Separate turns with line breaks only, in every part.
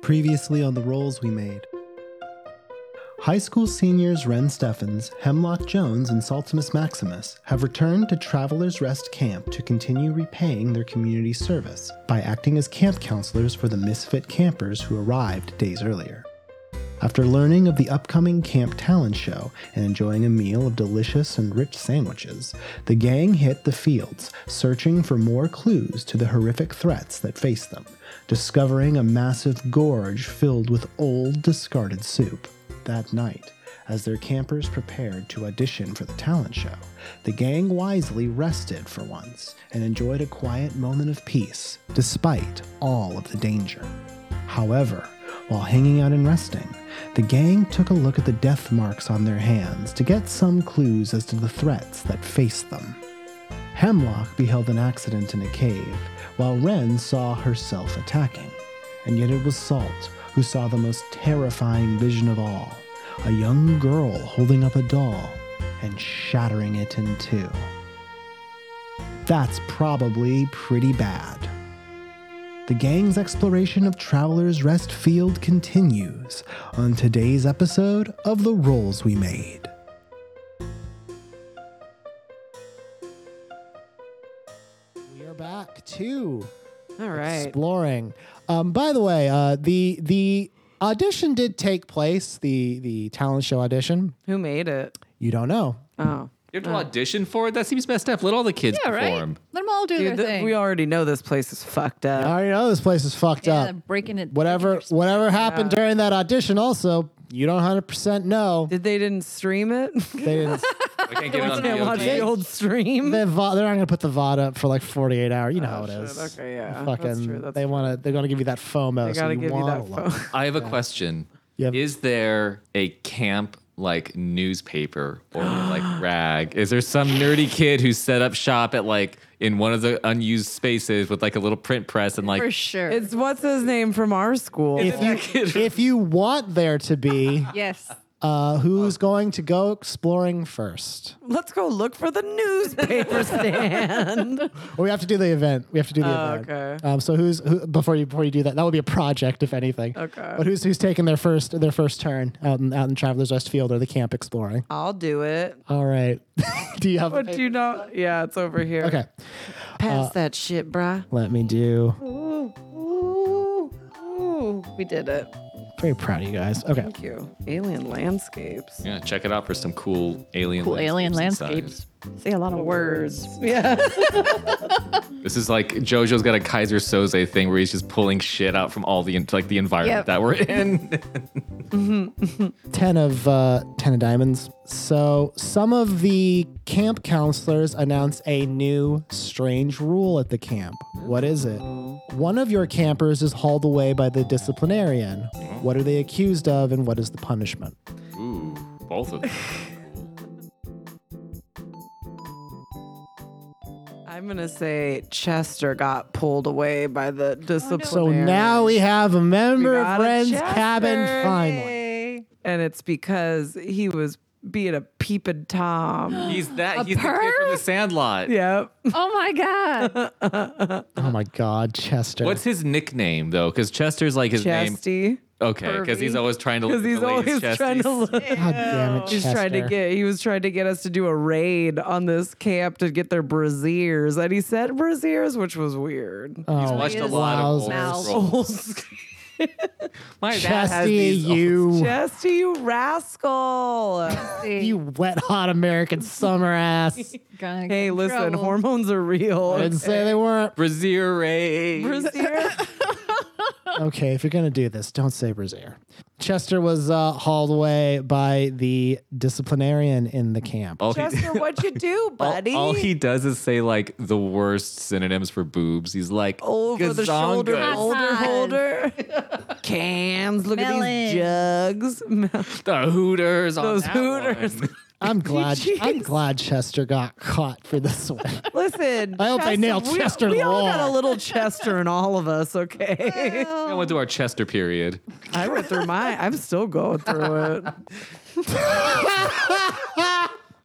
Previously on the rolls we made. High school seniors Ren Steffens, Hemlock Jones, and Saltimus Maximus have returned to Travelers Rest Camp to continue repaying their community service by acting as camp counselors for the misfit campers who arrived days earlier. After learning of the upcoming camp talent show and enjoying a meal of delicious and rich sandwiches, the gang hit the fields, searching for more clues to the horrific threats that faced them, discovering a massive gorge filled with old, discarded soup. That night, as their campers prepared to audition for the talent show, the gang wisely rested for once and enjoyed a quiet moment of peace, despite all of the danger. However, while hanging out and resting, the gang took a look at the death marks on their hands to get some clues as to the threats that faced them. Hemlock beheld an accident in a cave, while Wren saw herself attacking. And yet it was Salt who saw the most terrifying vision of all a young girl holding up a doll and shattering it in two. That's probably pretty bad. The gang's exploration of Traveler's Rest Field continues on today's episode of The Rolls We Made. We are back to
All right.
exploring. Um, by the way, uh, the the audition did take place. The the talent show audition.
Who made it?
You don't know.
Oh.
You have to audition for it? That seems messed up. Let all the kids
Uh. Yeah, right.
perform.
Let them all do
Dude,
their
th-
thing.
we already know this place is fucked
I
up.
already know this place is fucked
yeah,
up.
breaking it.
Whatever
breaking
whatever happened during that audition, also you don't hundred percent know.
Did they didn't stream it?
They didn't.
I can't get it on
Can't watch
VOD.
the old stream.
they va- they're not gonna put the VOD up for like forty eight hours. You know how it
Oh, shit.
is.
Okay, yeah.
Fucking.
That's true, that's
they want to. They're gonna give you that FOMO.
I
so
gotta
you
give you
wanna
that
watch.
phone.
I have a question.
Yep.
Is there a camp like newspaper or like rag? Is there some nerdy kid who set up shop at like in one of the unused spaces with like a little print press and like
For sure.
It's what's his name from our school.
If you, if you want there to be,
yes.
uh, who's going to go exploring first?
Let's go look for the newspaper stand.
Well, we have to do the event. We have to do the
Oh,
event.
okay.
Um, so who's who, before you before you do that? That would be a project, if anything.
Okay.
But who's who's taking their first their first turn out in out in Travelers West Field or the camp exploring?
I'll do it.
All right. do you have? a
But do you not? Yeah, it's over here.
okay. uh,
Pass that shit, bruh.
Let me do.
Ooh, ooh, ooh. We did it.
Very proud of you guys. Okay.
Thank you. Alien landscapes.
yeah, check it out for some cool alien
Cool alien
landscapes
landscapes.
inside.
Say a lot of
Words. Yeah.
This is like JoJo's got a Kaiser Soze thing where he's just pulling shit out from all the like the environment
Yep.
that we're in.
ten of uh, ten of diamonds. So some of the camp counselors announced a new strange rule at the camp. What is it? One of your campers is hauled away by the disciplinarian. What are they accused of, and what is the punishment?
Ooh, both of them.
I'm gonna say Chester got pulled away by the disciplinary.
Oh, So now we have a
We
member of
got a
Friends
Chester,
Cabin finally.
hey. and it's because he was being a peeping tom.
He's that.
A
he's the kid from
perv?
the Sandlot.
yep.
Oh my God.
Oh my God, Chester!
What's his nickname though? Because Chester's like his name.
Chesty.
Okay, because he's
Pervy.
always trying to.
Because he's
the latest
always
Chesties.
trying to look.
God damn it,
He's
Chester!
trying to get. He was trying to get us to do a raid on this camp to get their brasiers, and he said brasiers, which was weird.
Oh,
He's watched a
his
lot of
mouth.
old
Old
roles. My dad has
Chesty,
these old-
you,
Chesty, you rascal.
you wet hot American summer ass!
Gonna get
hey,
in
listen,
trouble.
hormones are real.
I didn't say they weren't.
Brazier Ray.
Brasier?
okay, if you're gonna do this, don't say Brazier. Chester was uh, hauled away by the disciplinarian in the camp.
All he,
Chester, what'd you do,
all-
buddy?
all he does is say like the worst synonyms for boobs. He's like
over the shoulder
gazongas.
Hot
holder
size.
holder cans look at these jugs Mel-
The Hooters. on
Those
that
Hooters.
one.
I'm glad. I'm
jeez.
glad Chester got caught for this one.
listen
I hope they nailed
we-
Chester
we,
to the
all got
wall.
a little chester in all of us okay
I went to our Chester period.
i went through mine i'm still going through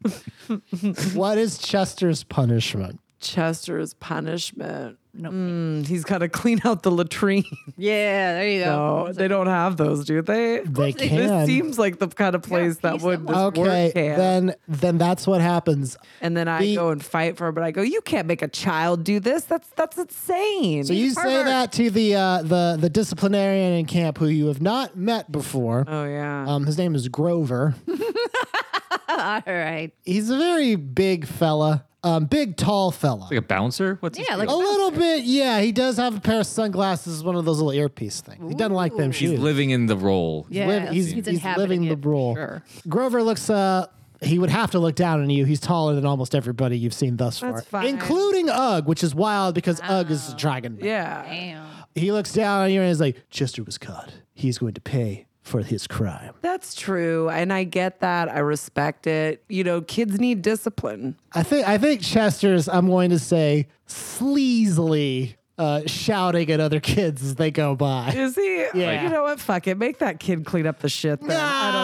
it
what is Chester's punishment?
chester's punishment
no.
Mm, he's got to clean out the latrine.
Yeah, there you go.
No, they don't have those, do they?
They
This
can.
seems like the kind of place that
please,
would
someone.
this
okay,
work camp.
then then that's what happens.
and then I
the-
go and fight for her, but I go, you can't make a child do this. That's that's insane.
So you say
pervert.
that to the uh, the the disciplinarian in camp who you have not met before.
oh yeah.
Um, his name is Grover.
All right.
He's a very big fella, um, big tall fella.
Like a bouncer? What's his
Yeah,
deal?
like-
A little bit, yeah. He does have a pair of sunglasses, one of those little earpiece things. He doesn't like them
Ooh.
shoes.
he's living in the role.
Yeah,
liv- he's- he's
inhabiting
living the
it for
role.
Sure.
Grover looks. Uh, he would have to look down on you. He's taller than almost everybody you've seen thus far,
That's fine.
including Ugg, which is wild because Ugg is a dragon.
yeah.
Damn.
He looks down on you and is like, "Chester was caught. He's going to pay for his crime."
That's true. And I get that. I respect it. You know, kids need discipline.
I think I think Chester's. I'm going to say sleazily uh, shouting at other kids as they go by.
Is he?
Yeah.
You know what? Fuck it. Make that kid clean up the shit. Then. I don't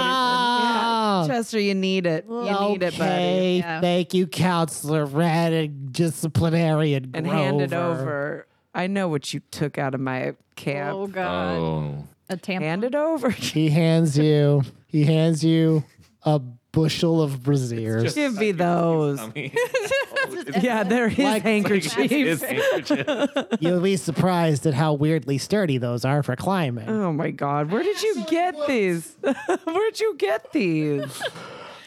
even. Yeah. Chester, you need it. You need it, buddy.
okay,
Yeah.
thank you, counselor Red and disciplinarian.
And hand it
Grover.
over. I know what you took out of my camp.
Oh god.
Oh.
A tampon.
Hand it over.
He hands you. He hands you a bushel of brasiers.
Give me those. Yeah, they're his handkerchiefs.
You'll be surprised at how weirdly sturdy those are for climbing.
Oh my God, where did you get these? Where'd you get these?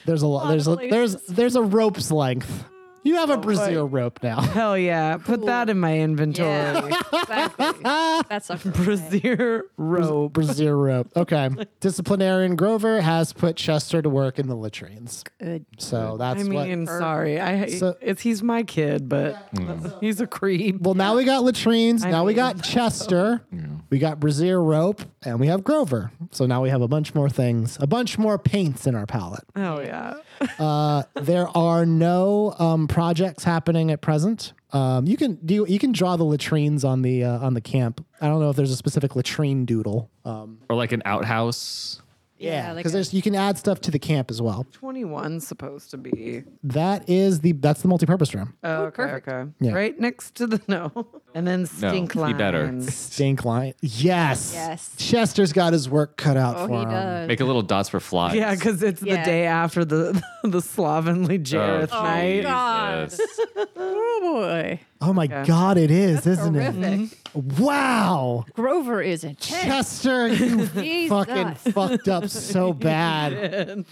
there's a lot. There's a, there's there's a rope's length. You have
Oh,
a brazier rope now.
Hell yeah, put that in my inventory.
Yeah. exactly. That's a
Brazier rope.
Brazier rope. Okay. Disciplinarian Grover has put Chester to work in the latrines.
good.
So that's
I mean,
what.
sorry, I
So-
it's he's my kid, but he's a creep.
Well, now we got latrines. now we
mean-
got Chester. We got Brazier rope, and we have Grover. So now we have a bunch more things, a bunch more paints in our palette.
Oh yeah,
Uh, there are no um, projects happening at present. Um, you can do you, can draw the latrines on the uh, on the camp. I don't know if there's a specific latrine doodle. Um,
Or like an outhouse.
Yeah, like
because there's you can add stuff to the camp as well.
twenty one supposed to be.
That is the that's the multi-purpose room.
Oh, okay,
perfect.
okay,
Yeah.
right next to the no, and then
No,
stink
be
line.
better.
Stink line. Yes.
Yes.
Chester's got his work cut out
Oh,
for
he
him.
does.
Make a little dots for flies.
Yeah, because it's the
Yeah.
day after the the slovenly Jareth
Oh,
night.
God.
Jesus.
oh boy.
Oh my God, it is, isn't
Horrific.
it? Wow.
Grover is intense.
Chester, you
Jesus.
fucking fucked up so bad.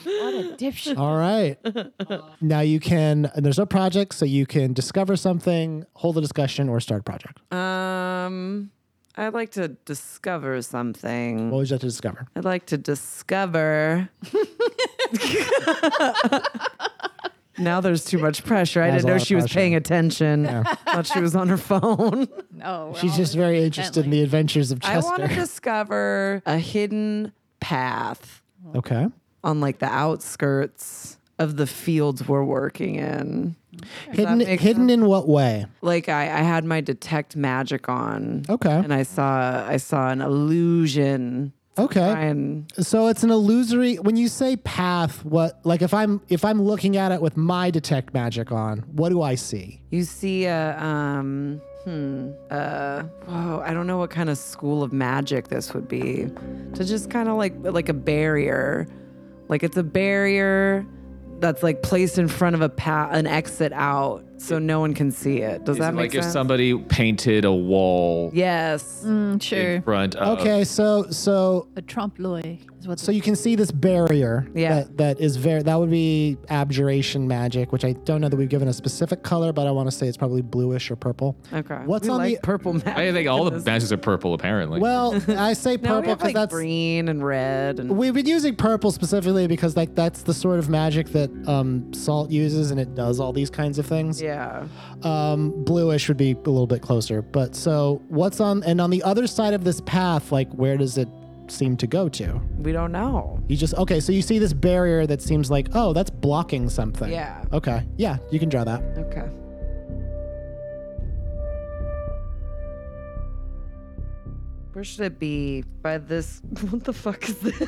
What a dipshit.
All right. Now you can, and there's no project, so you can discover something, hold a discussion, or start a project.
Oh,
Oh. Um, I'd like to discover something.
What would you like to discover?
I'd like to discover. now there's too much pressure. I
There's
didn't
a
know
lot of
she was
pressure.
paying attention. Thought she was on her phone.
No. we're
She's
all
just very interested in the adventures of
I want
Chester.
to discover a hidden path
okay.
on like the outskirts of the fields we're working in.
Hidden,
make
hidden in what way?
Like I, I had my detect magic on.
Okay.
And I saw I saw an illusion.
Okay.
And
So it's an illusory. When you say path, what like if I'm if I'm looking at it with my detect magic on, what do I see?
You see a um hmm uh whoa, I don't know what kind of school of magic this would be. To just kind of like like a barrier. Like it's a barrier that's like placed in front of a pa- an exit out so no one can see it. Does
Is
that
it
make
like
sense?
if somebody painted a wall
yes.
Mm,
in
sure.
front
Oh.
of
Okay, so so
A trompe l'oeil is what.
so you can see this barrier.
Yeah.
That, that is very that would be abjuration magic, which I don't know that we've given a specific color, but I want to say it's probably bluish or purple.
Okay.
What's
We
on
like
the-
purple magic?
I think all the matches are purple apparently.
Well, I say
No,
purple
we have,
because
like
that's
green and red and
We've been using purple specifically because like that's the sort of magic that um, salt uses, and it does all these kinds of things.
yeah.
um, bluish would be a little bit closer. But so what's on and on the other side of this path, like where does it seem to go to?
We don't know.
You just okay, so you see this barrier that seems like, oh, that's blocking something.
Yeah.
Okay. Yeah, you can draw that.
Okay. Where should it be? By this. What the fuck is this?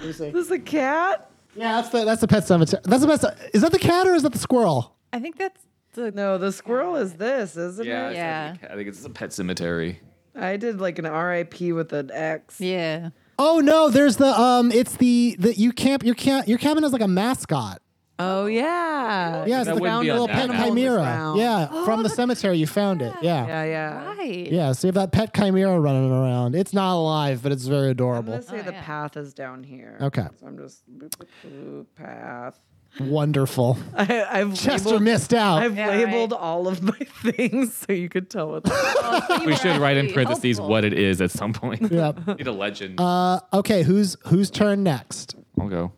is
see.
this a cat?
Yeah, that's the that's the pet cemetery. That's the best. Is that the cat or is that the squirrel?
I think that's the
No, the squirrel is this, isn't it?
Yeah, it's like a- I think it's a pet cemetery.
I did like an R.I.P. with an X.
yeah.
Oh no, there's the um. It's the the you camp your camp your cabin has like a mascot.
Oh yeah.
Yeah, it's
That
the
wouldn't
found
be on
little
that
pet
map.
chimera.
Found.
Yeah, from the cemetery you found it. Yeah. yeah.
Yeah, yeah.
Right.
so you have that pet chimera running around. It's not alive, but it's very
I'm
adorable.
gonna say
Oh,
the
yeah.
path is down here.
Okay.
So I'm just boop, boop, boop, path.
Wonderful.
I, I've
Chester
labeled,
missed out.
I've
Yeah,
labeled
right.
all of my things so you could tell what. the-
We should write in parentheses what it is at some point.
Yep.
Need a legend.
Uh, okay, who's whose turn next?
I'll go.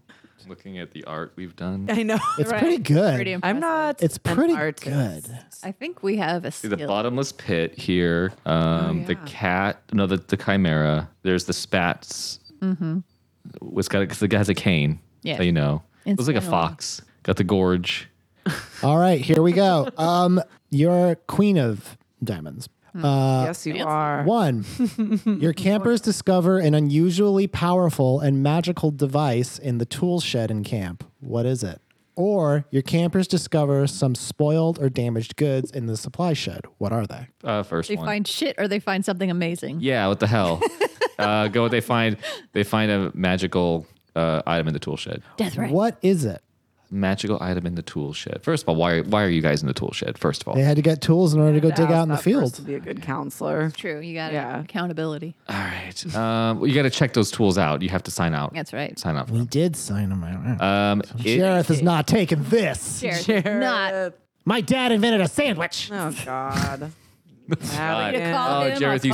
Looking at the art we've done.
I know.
It's
Right.
pretty good.
Pretty impressive.
I'm not.
it's
an
pretty
artist.
good.
I think we have a
See
skill.
the bottomless pit here. Um, The
yeah.
cat. No, the, the chimera. There's the spats. Mm-hmm. What's got? Because the guy has a cane.
Yeah.
So you know. It
And
was like a
spinal.
fox. Got the gorge.
All right, here we go. Um, you're queen of diamonds.
Hmm.
Uh,
Yes, you are.
One, your campers discover an unusually powerful and magical device in the tool shed in camp. What is it? Or your campers discover some spoiled or damaged goods in the supply shed. What are they?
Uh, first
They
one.
find shit or they find something amazing.
yeah. What the hell? uh, go. What they find. They find a magical uh, item in the tool shed.
Death ray.
What is it?
Magical item in the tool shed. First of all, why? Are, why are you guys in the tool shed? First of all.
They had to get tools in order to go
To
dig
ask
out in the
that person
field.
To be a good counselor.
True. You got
Yeah.
it. Accountability.
All right. Um, well, you got to check those tools out. You have to sign out.
That's right.
Sign out.
We did sign them out.
Um, it-
Jareth is not taking this.
Jared,
Jared.
Not.
My dad invented a sandwich.
Oh God.
God.
Alec-
called
Oh,
him,
Jareth,
I
you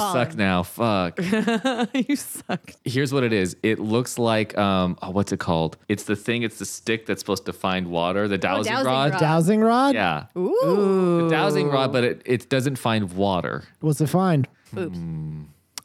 suck
called him.
now. Fuck.
you suck.
Here's what it is. It looks like um, oh, what's it called? It's the thing. It's the stick that's supposed to find water. The dowsing,
Oh, dowsing
rod.
rod.
Dowsing rod?
Yeah,
Ooh.
the dowsing rod, but it, it doesn't find water.
What's it find?
Boobs.
Hmm.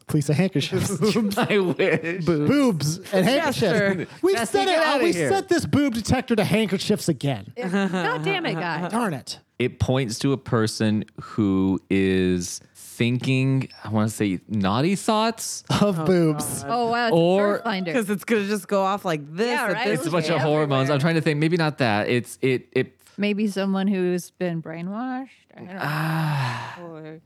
Police of handkerchiefs.
I wish.
boobs and handkerchiefs. We've
Jesse,
set
get
it.
outta
We've
here.
set this boob detector to handkerchiefs again.
God damn it, guy.
Darn it.
It points to a person who is thinking. I want to say naughty thoughts.
Of boobs.
Oh wow. It's
Or-
or finder.
Because it's gonna just go off like this.
Yeah,
at
right?
this
It's a bunch of
Okay.
hormones.
Everywhere.
I'm trying to think. Maybe not that. It's it it.
Maybe someone who's been brainwashed. I don't know.
Ah.
Or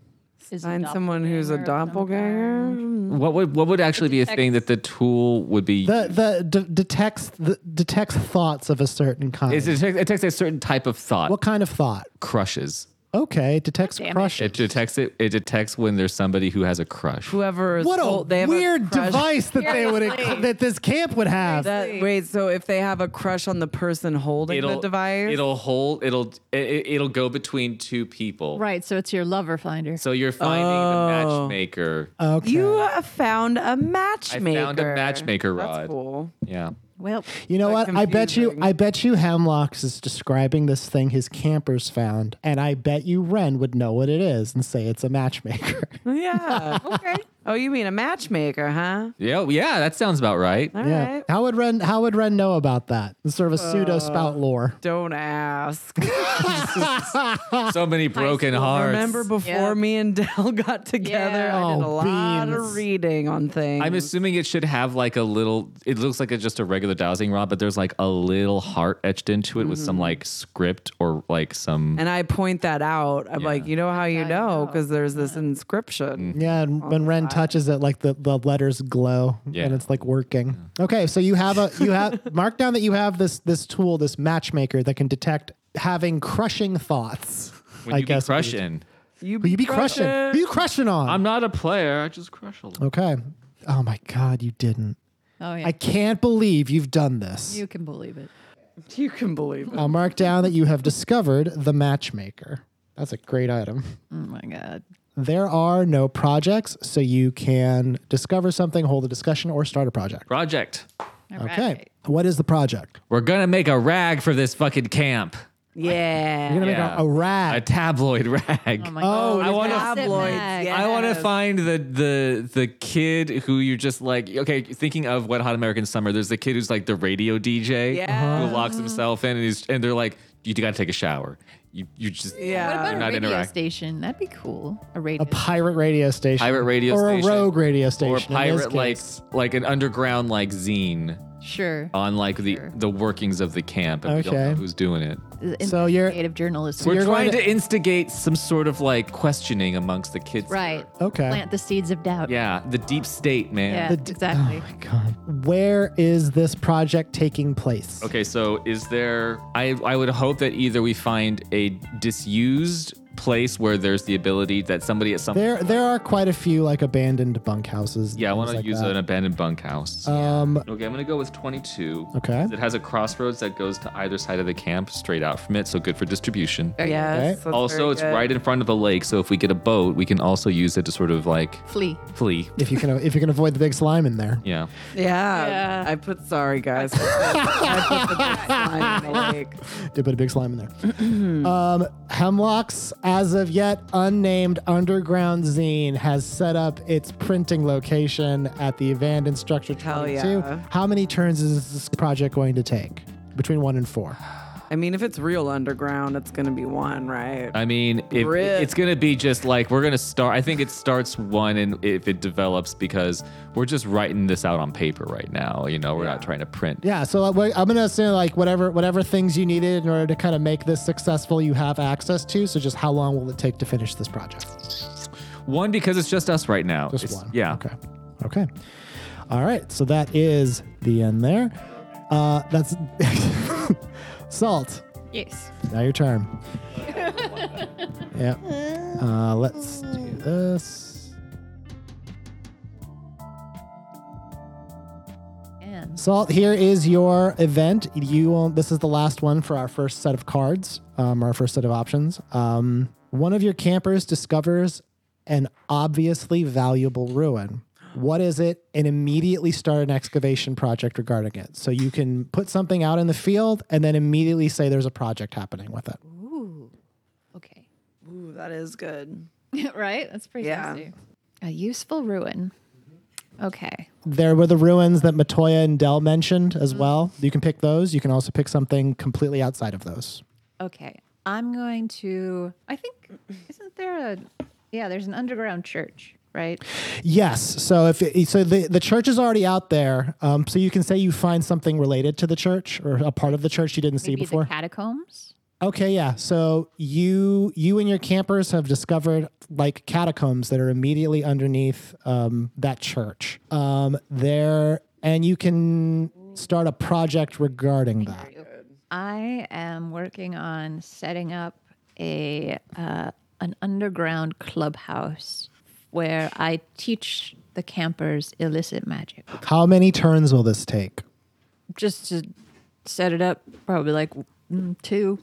is a
Find someone who's a
doppelganger.
doppelganger.
What would what would actually be a thing that the tool would be?
The the d- detects the, detects thoughts of a certain kind.
It's- it detects- it detects a certain type of thought.
what kind of thought?
crushes.
Okay, it detects
Damn it.
crush.
It detects it. It detects when there's somebody who has a crush.
Whoever. is
What a
old- they have
weird
crush-
device that they would
Seriously.
that this camp would have.
That, wait, so if they have a crush on the person holding the device,
It'll hold. It'll it, it'll go between two people.
Right. So it's your lover finder.
So you're finding the
Oh.
matchmaker.
okay.
you uh, found a matchmaker.
matchmaker rod.
That's cool.
yeah.
well,
You know what?
But
I bet you.
confusing.
I bet you Hemlocks is describing this thing his campers found, and I bet you Ren would know what it is and say it's a matchmaker.
Yeah. okay. Oh, you mean a matchmaker, huh?
Yeah. Yeah. That sounds about right.
All
yeah.
right. Uh,
How would Ren? How would Ren know about that? It's sort of a pseudo spout lore.
Don't ask.
So many broken hearts.
Remember before
Yeah.
me and Dell got together,
Yeah.
I did a
Oh,
lot
beans.
of reading on things.
I'm assuming it should have like a little. It looks like it's just a regular dowsing rod, but there's like a little heart etched into it with some like script or like some.
and I point that out. I'm like, you know how you know? Because there's this inscription.
Yeah, and when Ren touches it, like the, the letters glow,
Yeah.
and it's like working. Okay, so you have a you have mark down that you have this this tool, this matchmaker that can detect having crushing thoughts.
when
I
you
guess
be crushing.
You
Who you be crushing? Who you crushing on?
I'm not a player. I just crush a lot.
okay. Oh my god, you didn't!
oh yeah.
I can't believe you've done this.
you can believe it.
You can believe it.
I'll mark down that you have discovered the matchmaker. That's a great item.
Oh my god.
There are no projects, so you can discover something, hold a discussion, or start a project.
Project.
All
Okay.
right.
What is the project?
We're gonna make a rag for this fucking camp.
Yeah.
You're gonna
Yeah.
make a, a rag.
A tabloid rag.
Oh my
Oh,
god.
I
wanna-
Tabloids, yeah.
I want to find the the the kid who you're just like okay thinking of Wet Hot American Summer. There's the kid who's like the radio DJ
Yeah.
who locks himself in and he's and they're like you gotta take a shower. You you just
Yeah. What
What about
Uh, They're
a
not
radio
interact-
station? That'd be cool. A radio.
a pirate radio station.
Pirate radio
or
station.
a rogue radio
or
station. in this
pirate like
case.
like an underground like zine.
Sure.
Oh.
on like the
Sure.
the workings of the camp, and we don't
Okay.
know who's doing it.
So you're-
investigative journalism.
We're
you're going
trying
to-
to instigate some sort of like questioning amongst the kids. here.
right.
Okay.
Plant the seeds of doubt.
Yeah, the deep state, man.
Yeah,
The d-
exactly.
Oh my god. Where is this project taking place?
Okay, so is there? I I would hope that either we find a disused place where there's the ability that somebody at some
There there are quite a few like abandoned bunkhouses.
yeah, I want
things like
to use
that.
an abandoned bunkhouse.
Um
okay, I'm gonna go with 22.
okay.
It has a crossroads that goes to either side of the camp, straight out from it, so good for distribution.
Yes. that's
also,
very
it's
good.
right in front of a lake, so if we get a boat, we can also use it to sort of like
Flea.
flee.
If you can if you can avoid the big slime in there.
Yeah.
Yeah.
Yeah.
I put sorry guys. I put the big slime in the lake.
Did put a big slime in there. um Hemlocks, as of yet unnamed underground zine, has set up its printing location at the abandoned structure 22.
Hell yeah.
How many turns is this project going to take? Between one and four.
I mean, if it's real underground, it's gonna be one, right?
I mean, if,
Rip.
it's gonna be just like we're gonna start. I think it starts one, and if it develops, because we're just writing this out on paper right now. You know, we're not trying to print.
Yeah, so uh, wait, I'm gonna assume like whatever whatever things you needed in order to kind of make this successful, you have access to. So just how long will it take to finish this project?
One because it's just us right now.
Just
It's-
one.
Yeah.
Okay. Okay. All right. So that is the end there. Uh, that's salt.
Yes.
Now your turn. yeah. Uh, let's do this.
And
Salt, here is your event. You won't, this is the last one for our first set of cards, um, our first set of options. Um, one of your campers discovers an obviously valuable ruin. What is it? And immediately start an excavation project regarding it. So you can put something out in the field and then immediately say there's a project happening with it.
ooh, okay.
Ooh, that is good.
right? That's pretty
Yeah.
tasty. A useful ruin. Okay.
There were the ruins that Matoya and Dell mentioned as well. You can pick those. You can also pick something completely outside of those.
Okay. I'm going to. I think isn't there a? Yeah, there's an underground church, right?
Yes. So if it, so, the the church is already out there. Um, so you can say you find something related to the church or a part of the church you didn't see
Maybe
before.
the catacombs.
okay. Yeah. So you you and your campers have discovered like catacombs that are immediately underneath um, that church. Um, there, and you can start a project regarding that.
I am working on setting up a uh, an underground clubhouse where I teach the campers illicit magic.
How many turns will this take?
Just to set it up, probably like mm, two.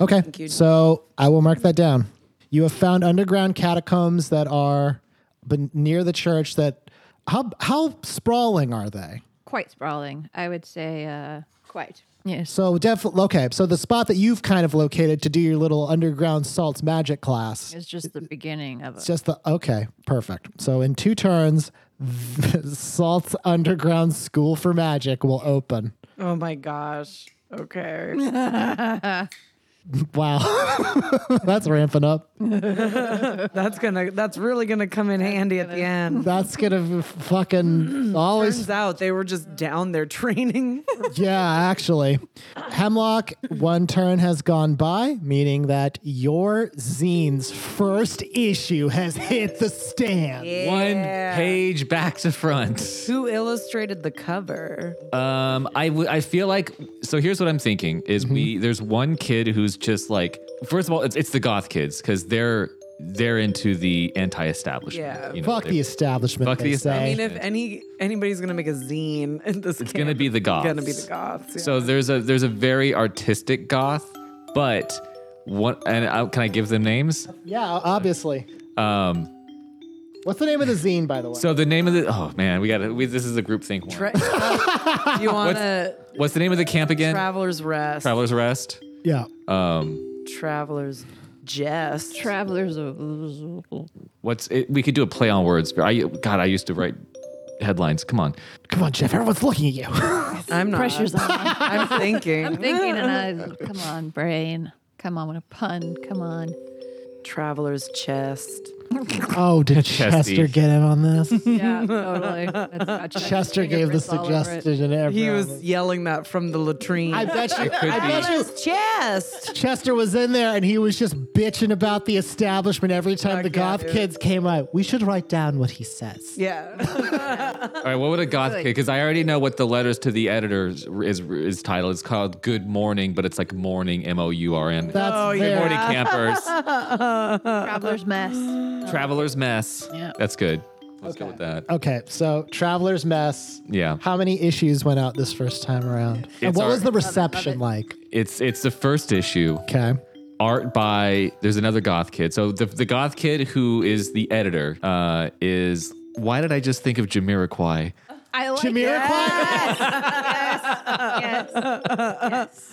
Okay. So I will mark that down. You have found underground catacombs that are ben- near the church. That how how sprawling are they?
Quite sprawling, I would say. Uh, quite. Yes.
So definitely okay. So the spot that you've kind of located to do your little underground salts magic class.
It's just the beginning of
It's
it.
just the okay, perfect. So in two turns, Salt's underground school for magic will open.
Oh my gosh. Okay.
Wow, that's ramping up.
That's gonna that's really gonna come in handy at the end.
That's gonna be fucking always
Turns out they were just down there training.
yeah, actually. Hemlock, one turn has gone by, meaning that your zine's first issue has hit the stand.
One page back to front.
Who illustrated the cover?
Um, I w- I feel like so. Here's what I'm thinking: is we there's one kid who's just like first of all, it's it's the goth kids because they're they're into the anti-establishment.
Yeah.
you know,
Fuck
they-
the establishment.
Fuck
they
the
say.
I mean, if any anybody's gonna make a zine in this, it's
gonna be the
It's gonna be
goths.
the goths. yeah.
So there's a there's a very artistic goth, but what and I, can I give them names?
yeah, obviously.
Um,
What's the name of the zine, by the way?
so the name of the oh man, we got to we, this is a group think. One.
Tra- you want to
What's the name of the camp again?
travelers rest,
Traveler's Rest.
yeah.
Um,
travelers jest,
Travelers of
what's it, we could do a play on words. I God, I used to write headlines. Come on.
Come on, Jeff. Everyone's looking at you.
I'm not.
pressures on.
I'm thinking. I'm
thinking and I come on, brain. Come on with a pun. Come on.
Traveler's chest.
Oh, did
Chesty.
Chester get in on this?
Yeah, totally. That's about Chester.
Chester gave the
Fingerprints all over it.
suggestion to everyone.
He was yelling that from the latrine.
I bet you.
could
I
be.
bet you.
his chest.
Chester was in there and he was just bitching about the establishment every time the
Fuck yeah,
goth
dude.
kids came out. We should write down what he says.
Yeah.
All right, what would a goth kid? Because I already know what the letters to the editor is, is, is titled. It's called Good Morning, but it's like morning, M O U R N.
That's
Oh,
very-
Good morning, campers.
Traveler's mess.
Traveler's mess.
Yeah.
That's good. Let's go with that.
Okay, so Traveler's Mess.
Yeah.
How many issues went out this first time around? and
It's
what
our-
was the reception like?
It's it's the first issue.
Okay.
art by there's another goth kid so the, the goth kid who is the editor uh, is why did i just think of jamiroquai
I like
Jamiroquai?
Yes. yes.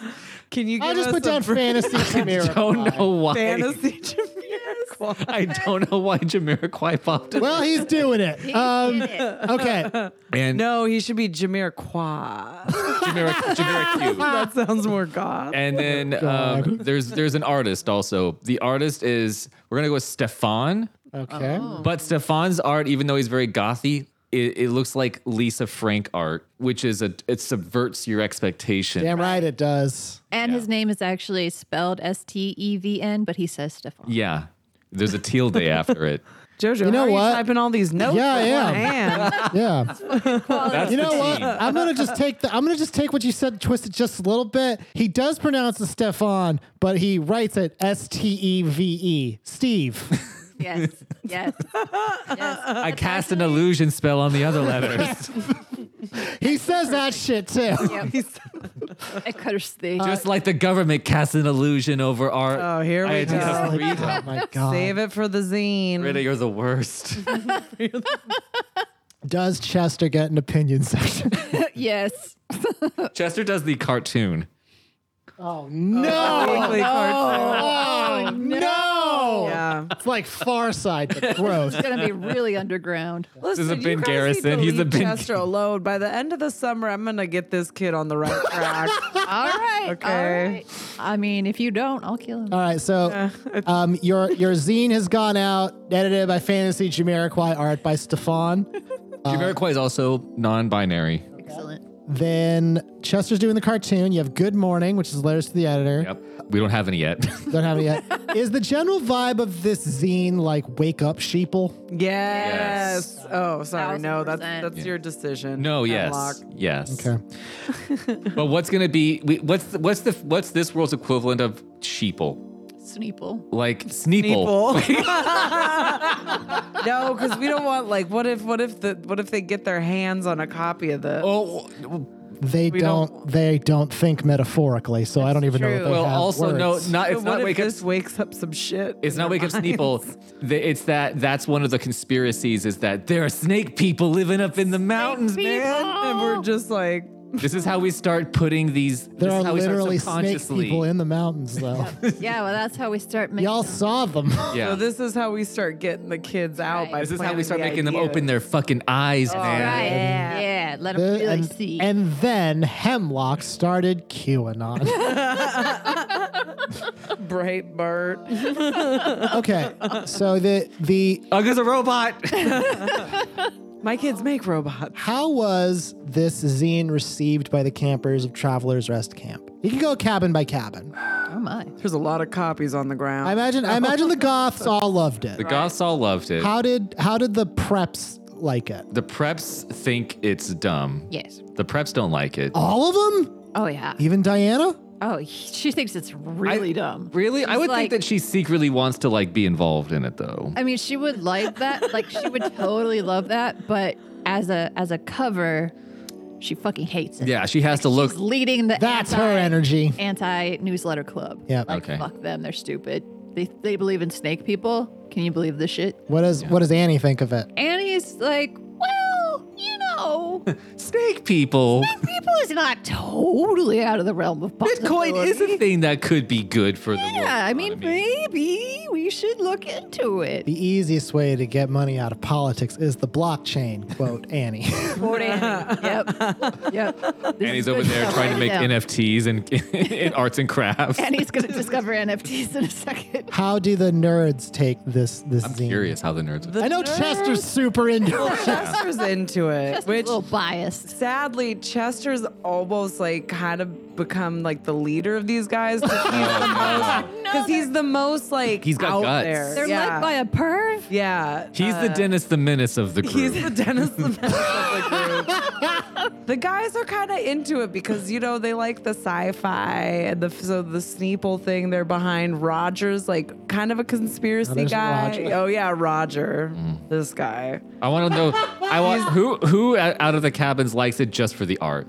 Can you give
I'll just
us
put
a
down
brief
fantasy
i don't
Jamiroquai.
know why
fantasy Jamiroquai?
i don't know why jamiroquai popped up
Well, he's doing it. Um, okay.
and
No, he should be Jamiroquai.
Jamiro- Jamiroquai.
that sounds more goth.
and then um, there's there's an artist also the artist is we're gonna go with stefan
Okay.
Oh.
But Stefan's art, even though he's very gothy, it, it looks like Lisa Frank art, which is a it subverts your expectation.
Damn right it does.
And his name is actually spelled S T E V N, but he says Stefan.
Yeah. There's a teal day after it.
Jojo, you
know
know
what?
you typing all these notes?
Yeah, I
with one
am.
hand?
Yeah.
That's
You know
the
what?
tea.
I'm gonna just take the. I'm gonna just take what you said, and twist it just a little bit. He does pronounce the Stefan, but he writes it S T E V E. Steve.
Yes. Yes. yes.
I cast an illusion spell on the other letters.
he says that shit too.
He's-
I curse thee.
Just like the government casts an illusion over art.
Oh, here we
I
go.
just
Oh,
read
oh
them.
my god.
Save it for the zine.
Rita, you're the worst.
Does Chester get an opinion section?
yes.
Chester does the cartoon.
no.
Weekly cartoon.
Oh no.
Yeah.
It's like Far Side, but gross.
It's gonna be really underground.
Listen,
is a
you
Ben
guys
Garrison.
Need to
He's a
leave
Ben-
Chester alone. By the end of the summer, I'm gonna get this kid on the right track.
All right.
Okay.
All right. I mean, if you don't, I'll kill him.
All right, so um, your your zine has gone out, edited by Fantasy Jamiroquai, art by Stefan.
Jamiroquai is also non-binary.
Excellent.
Then Chester's doing the cartoon. You have Good Morning, which is letters to the editor.
Yep. We don't have any yet.
Don't have it yet. is the general vibe of this zine like wake up sheeple?
yes. Oh, sorry.
Thousand
No, that's
percent.
that's your decision.
no, yes.
Hemlock.
Yes.
Okay.
But what's going to be we- what's the, what's the what's this world's equivalent of sheeple?
Sneeple.
Like sneeple.
People. no, because we don't want like what if what if the what if they get their hands on a copy of the
Oh,
They
We
don't,
don't-
They don't think metaphorically, so I don't even know. What
true.
they
well,
have
also no,
words.
not
But
it's
what
not
if
wake up
this wakes up some shit.
It's
in
not
their
wake up
minds?
Sneeple. Th- It's that that's one of the conspiracies is that there are snake people living up in the mountains, man.
And we're just like
This is how we start putting these.
There
this
are
is how we start
literally snake
subconsciously-
people in the mountains, though.
Yeah, well, that's how we start making.
Y'all saw them.
Yeah.
so this is how we start getting the kids out
Right.
by
this is how
planting
we start
the
making them
idea.
open their fucking eyes, man.
Right. Yeah. Let them really
Uh, and,
see.
and then Hemlock started QAnon.
Breitbart.
okay, so the the
Ugg is a robot.
My kids make robots.
How was this zine received by the campers of Travelers Rest Camp? You can go cabin by cabin.
oh my.
There's a lot of copies on the ground.
I imagine I imagine the goths all loved it.
the goths all loved it.
How did how did the preps like it?
the preps think it's dumb.
Yes.
The preps don't like it.
All of them?
Oh yeah.
Even Diana?
Oh, she thinks it's really dumb.
Really? I
She's
would
like-
think that she secretly wants to like be involved in it though.
I mean, she would like that. Like she would totally love that. But as a as a cover, she fucking hates it.
yeah, she has to look
She's leading the
That's
anti,
her energy.
anti newsletter club.
Yep.
Like
Okay.
fuck them. They're stupid. They they believe in snake people. Can you believe this shit?
What does what does Annie think of it?
Annie's like, well, you know,
Snake people.
People is not totally out of the realm of possibility.
Bitcoin is a thing that could be good for the world.
Yeah, I mean,
economy.
maybe we should look into it.
The easiest way to get money out of politics is the blockchain, quote Annie.
Quote Annie. Yep. Yep.
and he's over there trying to make NFTs and in arts and crafts.
And he's going to discover NFTs in a second.
How do the nerds take this this
I'm
zine?
curious how the nerds.
The
I know
nerds-
Chester's super into it.
Chester's into it,
Just
which
a little biased.
sadly Chester's almost like kind of become like the leader of these guys because he's the most like
He's got
out
guts.
there.
They're
yeah.
led by a perv.
yeah.
He's
uh,
the Dennis the Menace of the
He's
group.
the Dennis the Menace of the group. the guys are kind of into it because you know they like the sci-fi and the so the Sneeple thing. They're behind Rogers, like kind of a conspiracy
there's
guy.
Roger.
Oh yeah, Roger,
Mm.
this guy.
I want to know. I want who who o- out of the cabins likes it just for the art.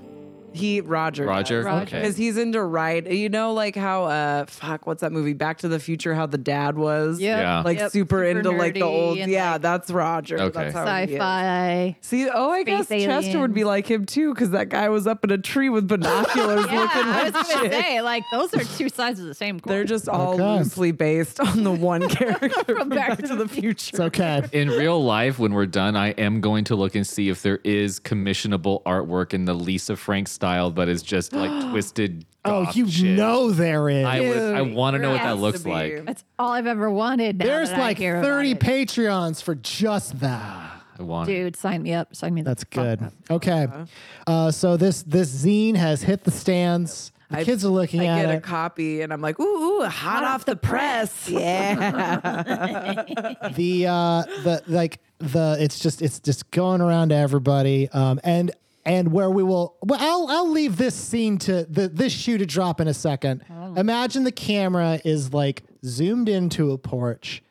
He Roger.
Roger.
Roger.
Because
Okay.
he's into ride, you know, like how uh, fuck, what's that movie? Back to the Future. How the dad was,
Yep.
Yeah.
like
Yep,
super, into like the
nerdy
old,
and,
yeah, Oh,
like,
that's Roger.
Okay.
That's how he is.
sci-fi.
See, oh, I guess
Space
Chester would be
aliens.
like him too, because that guy was up in a tree with binoculars
Yeah,
looking
I was
at
gonna
shit.
say like those are two sides of the same coin.
They're just all
Okay.
loosely based on the one character from Back, to the
It's
Future.
okay.
In real life, when we're done, I am going to look and see if there is commissionable artwork in the Lisa Frank style, but it's just like twisted.
Oh,
goth
you
shit.
know there is.
I was, I
Dude,
want to know what
there
that
has
looks
to be.
like.
That's all I've ever wanted. Now
There's
that I
like
hear about
30
it.
Patreons for just that.
I want. it.
Dude, sign me up. Sign me. the
That's
fuck
good.
up.
Okay.
Uh-huh.
Uh, so this this zine has hit the stands. The
I-
kids are looking
I
at
get
it.
a copy and I'm like, ooh, ooh, hot, off, the press. Yeah.
the uh the like the it's just it's just going around to everybody um and and where we will well i'll i'll leave this scene to the this shoe to drop in a second
Oh.
imagine the camera is like zoomed into a porch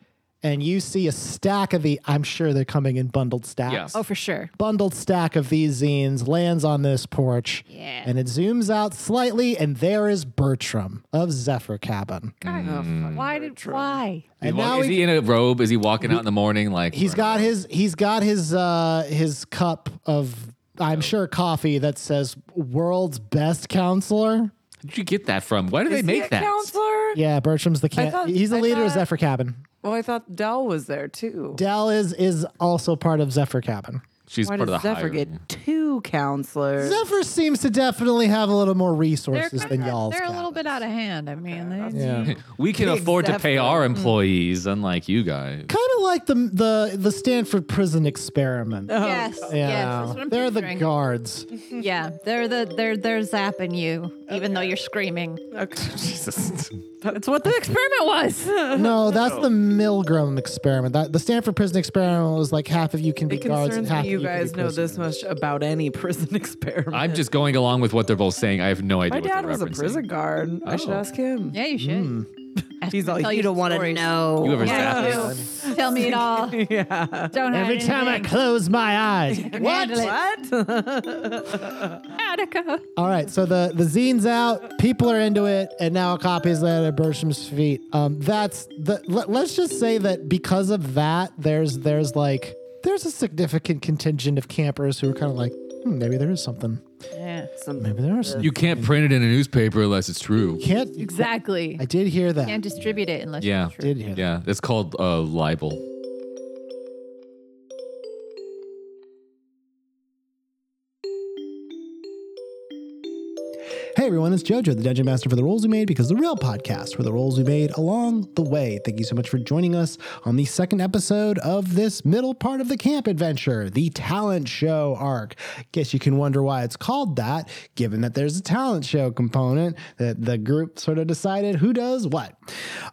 and you see a stack of the i'm sure they're coming in bundled stacks
Yeah.
Oh, for sure.
bundled stack of these zines lands on this porch
Yeah.
and it zooms out slightly and there is bertram of zephyr cabin Mm.
why did why?
He's
and
walk-
now
is
we-
he in a robe? Is he walking out in the morning? Like
He's got his he's got his uh his cup of I'm sure coffee that says world's best counselor.
Where did you get that from? Why do they
Is he
make
a
that?
counselor?
Yeah, Bertram's the can-
thought-
he's the
I
leader of
thought-
Zephyr Cabin.
Well, I thought Dell was there too.
Dell is is also part of Zephyr Cabin.
She's
Why
part of the
does Zephyr
higher.
get two counselors?
Zephyr seems to definitely have a little more
They're,
resources than
kinda-
y'all's.
they're a little
cabin.
bit out of hand. I mean, they,
yeah.
We can
Big
afford to pay
Zephyr. Hmm.
our employees, unlike you guys.
Kind of like the the the Stanford prison experiment.
yes, yes.
yeah,
That's what I'm
they're the
picturing.
guards.
Yeah, they're the they're they're zapping you, even though you're screaming.
Jesus.
That's what the
Experiment was.
No, that's the Milgram experiment. That the Stanford prison experiment was like half of you can be
It
guards and
concerns
half
me
of can
you
be
guys know
prisoners.
this much about any prison experiment.
I'm just going along with what they're both saying. I have no idea
My
what
dad
they're
was a
referencing.
prison guard. I should
Oh.
ask him.
Yeah, you should.
Mm.
Ask
He's
them
like,
tell
"You don't
some
wanna
stories."
know.
You ever
Yeah,
sat
you do. Tell me it all. yeah. Don't hide
Every time I
anything.
close my eyes.
What?
What?
Attica.
All right, so the the zine's out, people are into it, and now a copy is laid at Bertram's feet. Um, that's the let, let's just say that because of that, there's there's like there's a significant contingent of campers who are kind of like, hmm, maybe there is something.
Yeah.
Maybe there is.
You can't print it in a newspaper unless it's true.
can't.
Exactly.
I did hear that.
Can't distribute it unless
Yeah.
it's true.
did hear that.
Yeah, it's called uh, libel.
Hey everyone, it's JoJo, the Dungeon Master for the Roles We Made, because the real podcast were the roles we made along the way. Thank you so much for joining us on the second episode of this middle part of the camp adventure, the talent show arc. Guess you can wonder why it's called that, given that there's a talent show component that the group sort of decided who does what.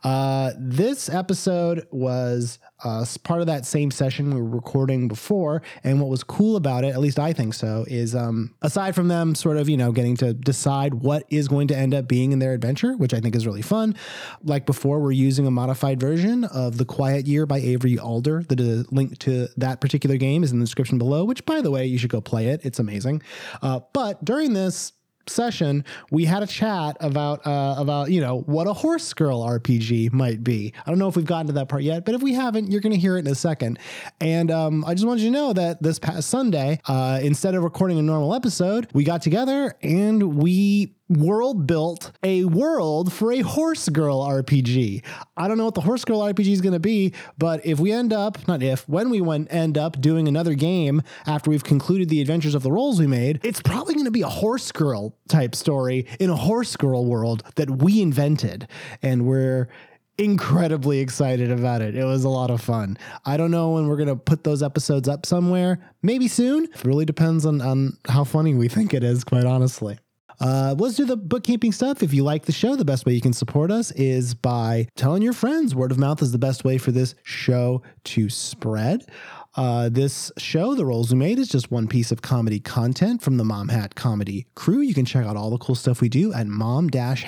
Uh, this episode was uh, s- part of that same session we were recording before. And what was cool about it, at least I think so, is um, aside from them sort of, you know, getting to decide what is going to end up being in their adventure, which I think is really fun. Like before, we're using a modified version of The Quiet Year by Avery Alder. The, the link to that particular game is in the description below, which, by the way, you should go play it. It's amazing. Uh, but during this, session, we had a chat about uh, about you know what a horse girl RPG might be. I don't know if we've gotten to that part yet, but if we haven't, you're going to hear it in a second. And um, I just wanted you to know that this past Sunday, uh, instead of recording a normal episode, we got together and we world built a world for a horse girl RPG. I don't know what the horse girl RPG is going to be, but if we end up, not if, when we went, end up doing another game after we've concluded the adventures of the roles we made, it's probably going to be a horse girl type story in a horse girl world that we invented. And we're incredibly excited about it. It was a lot of fun. I don't know when we're going to put those episodes up somewhere. Maybe soon. It really depends on, on how funny we think it is, quite honestly. Uh, let's do the bookkeeping stuff. If you like the show, the best way you can support us is by telling your friends. Word of mouth is the best way for this show to spread. Uh, this show, The Roles We Made, is just one piece of comedy content from the Mom Hat Comedy crew. You can check out all the cool stuff we do at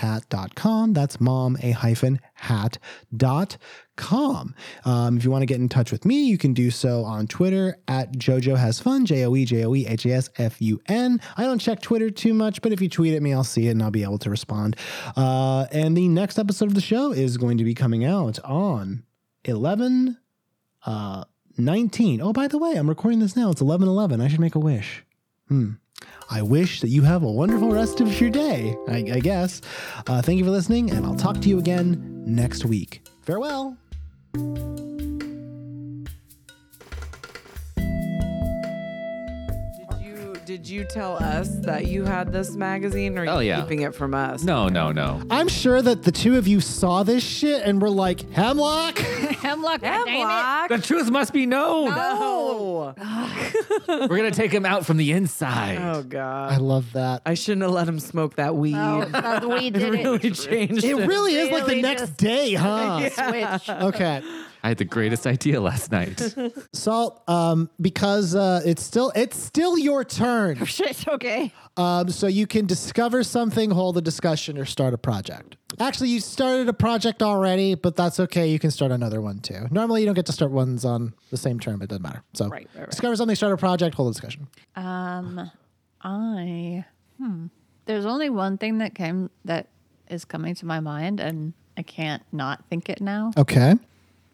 mom-hat.com. That's mom a hyphen hat dot com. Um, if you want to get in touch with me, you can do so on Twitter at JoJo Has Fun, J O E J O E H A S F U N. I don't check Twitter too much, but if you tweet at me, I'll see it and I'll be able to respond. Uh, and the next episode of the show is going to be coming out on 11 uh, 19. Oh, by the way, I'm recording this now. It's 11 11. I should make a wish. Hmm. I wish that you have a wonderful rest of your day, I, I guess. Uh, thank you for listening, and I'll talk to you again next week. Farewell.
Did you did you tell us that you had this magazine, or are you
Oh, yeah.
keeping it from us?
No, no, no.
I'm sure that the two of you saw this shit and were like, Hemlock?
Hemlock, goddammit.
Hemlock.
The truth must be known.
Oh.
No.
We're gonna take him out from the inside.
Oh
I
god.
love that.
I shouldn't have let him smoke that weed.
Oh, but we
it
did
really
it.
changed.
it really is like the
really
next
just-
day, huh?
Switch.
Okay.
I had the greatest idea last night.
Salt, um, because uh, it's still it's still your turn.
Shit, okay.
Um, so you can discover something, hold a discussion, or start a project. Actually, you started a project already, but that's okay. You can start another one too. Normally, you don't get to start ones on the same term. It doesn't matter. So
Right, right, right.
discover something, start a project, hold a discussion.
Um, I hmm. There's only one thing that came that is coming to my mind, and I can't not think it now.
Okay.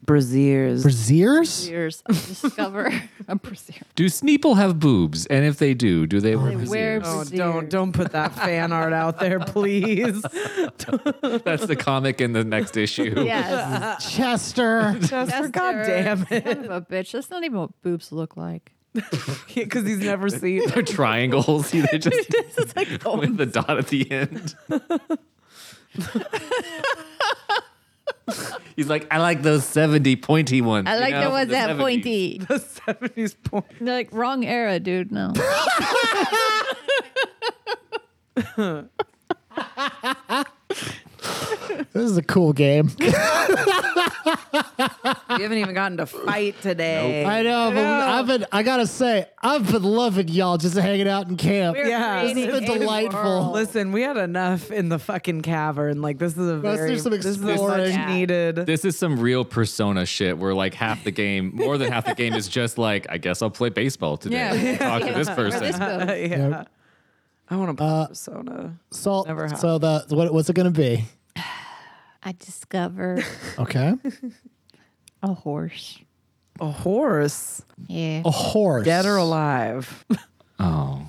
Braziers.
Braziers?
Braziers discover a brazier.
do Sneeple have boobs? And if they do, do they wear
They wear
braziers?
Oh,
braziers.
don't don't put that fan art out there, please.
That's the comic in the next issue.
Yes,
Chester.
Chester, God
Chester.
damn it,
son of a bitch. That's not even what boobs look like.
because he's never seen.
They're triangles. They're just with the dot at the end. He's like, I like those 70 pointy ones.
I
you
like
know,
the ones
the
that
70s.
pointy.
The seventies point.
Like wrong era, dude. No.
This is a cool game.
We haven't even gotten to fight today.
I know, but I've been, I gotta say, I've been loving y'all just hanging out in camp.
Yeah.
This has been
creating a
delightful.
world.
Listen, we had enough in the fucking cavern. Like this is a
Let's do
very
some
this is a
exploring.
much needed.
This is some real persona shit where like half the game, more than half the game is just like, I guess I'll play baseball today.
Yeah.
Talk to this
Or
person.
this boat.
yeah. I want to play
Uh,
Persona.
Salt.
Never have.
So the what, what's it gonna be?
I discovered
Okay,
a horse.
A horse,
Yeah.
Oh.
a horse.
dead or alive?
Oh.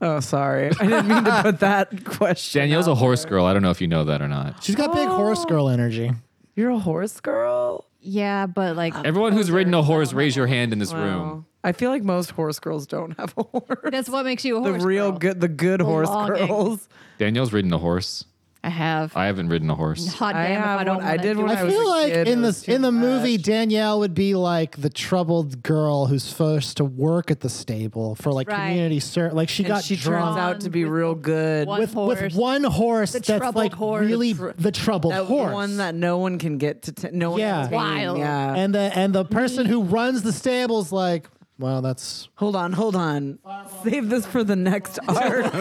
Oh, sorry, I didn't mean to put that question.
Danielle's a
out.
horse girl. I don't know if you know that or not.
She's got big horse girl energy.
You're a horse girl.
Yeah, but like
Uh,
Everyone who's ridden a horse, raise your hand in this
Wow.
room.
Oh. I feel like most horse girls don't have a horse.
that's what makes you a
the
horse.
real
girl.
good, the good horse
Belonging.
girls.
Danielle's ridden a horse.
I have.
I haven't ridden a horse.
Hot
I
damn!
have
if I don't.
one- I
wanna
did
do
when
it.
I
I
was
feel
a
like
kid,
in
it was
this
too
in the
much.
movie, Danielle would be like the troubled girl who's forced to work at the stable for like
Right.
community service. Like she
And
got
she turns
drunk
out to be
with
real good.
one
with with
horse.
one horse
The
that's
troubled
like
horse.
really
The tr-
the troubled
that
horse.
one that uh, no one can get to. T- no one.
Yeah.
can tame,
Wild.
Yeah.
and the and the person who runs the stable's like, well, that's
hold on. Hold on. Save this for the next arc.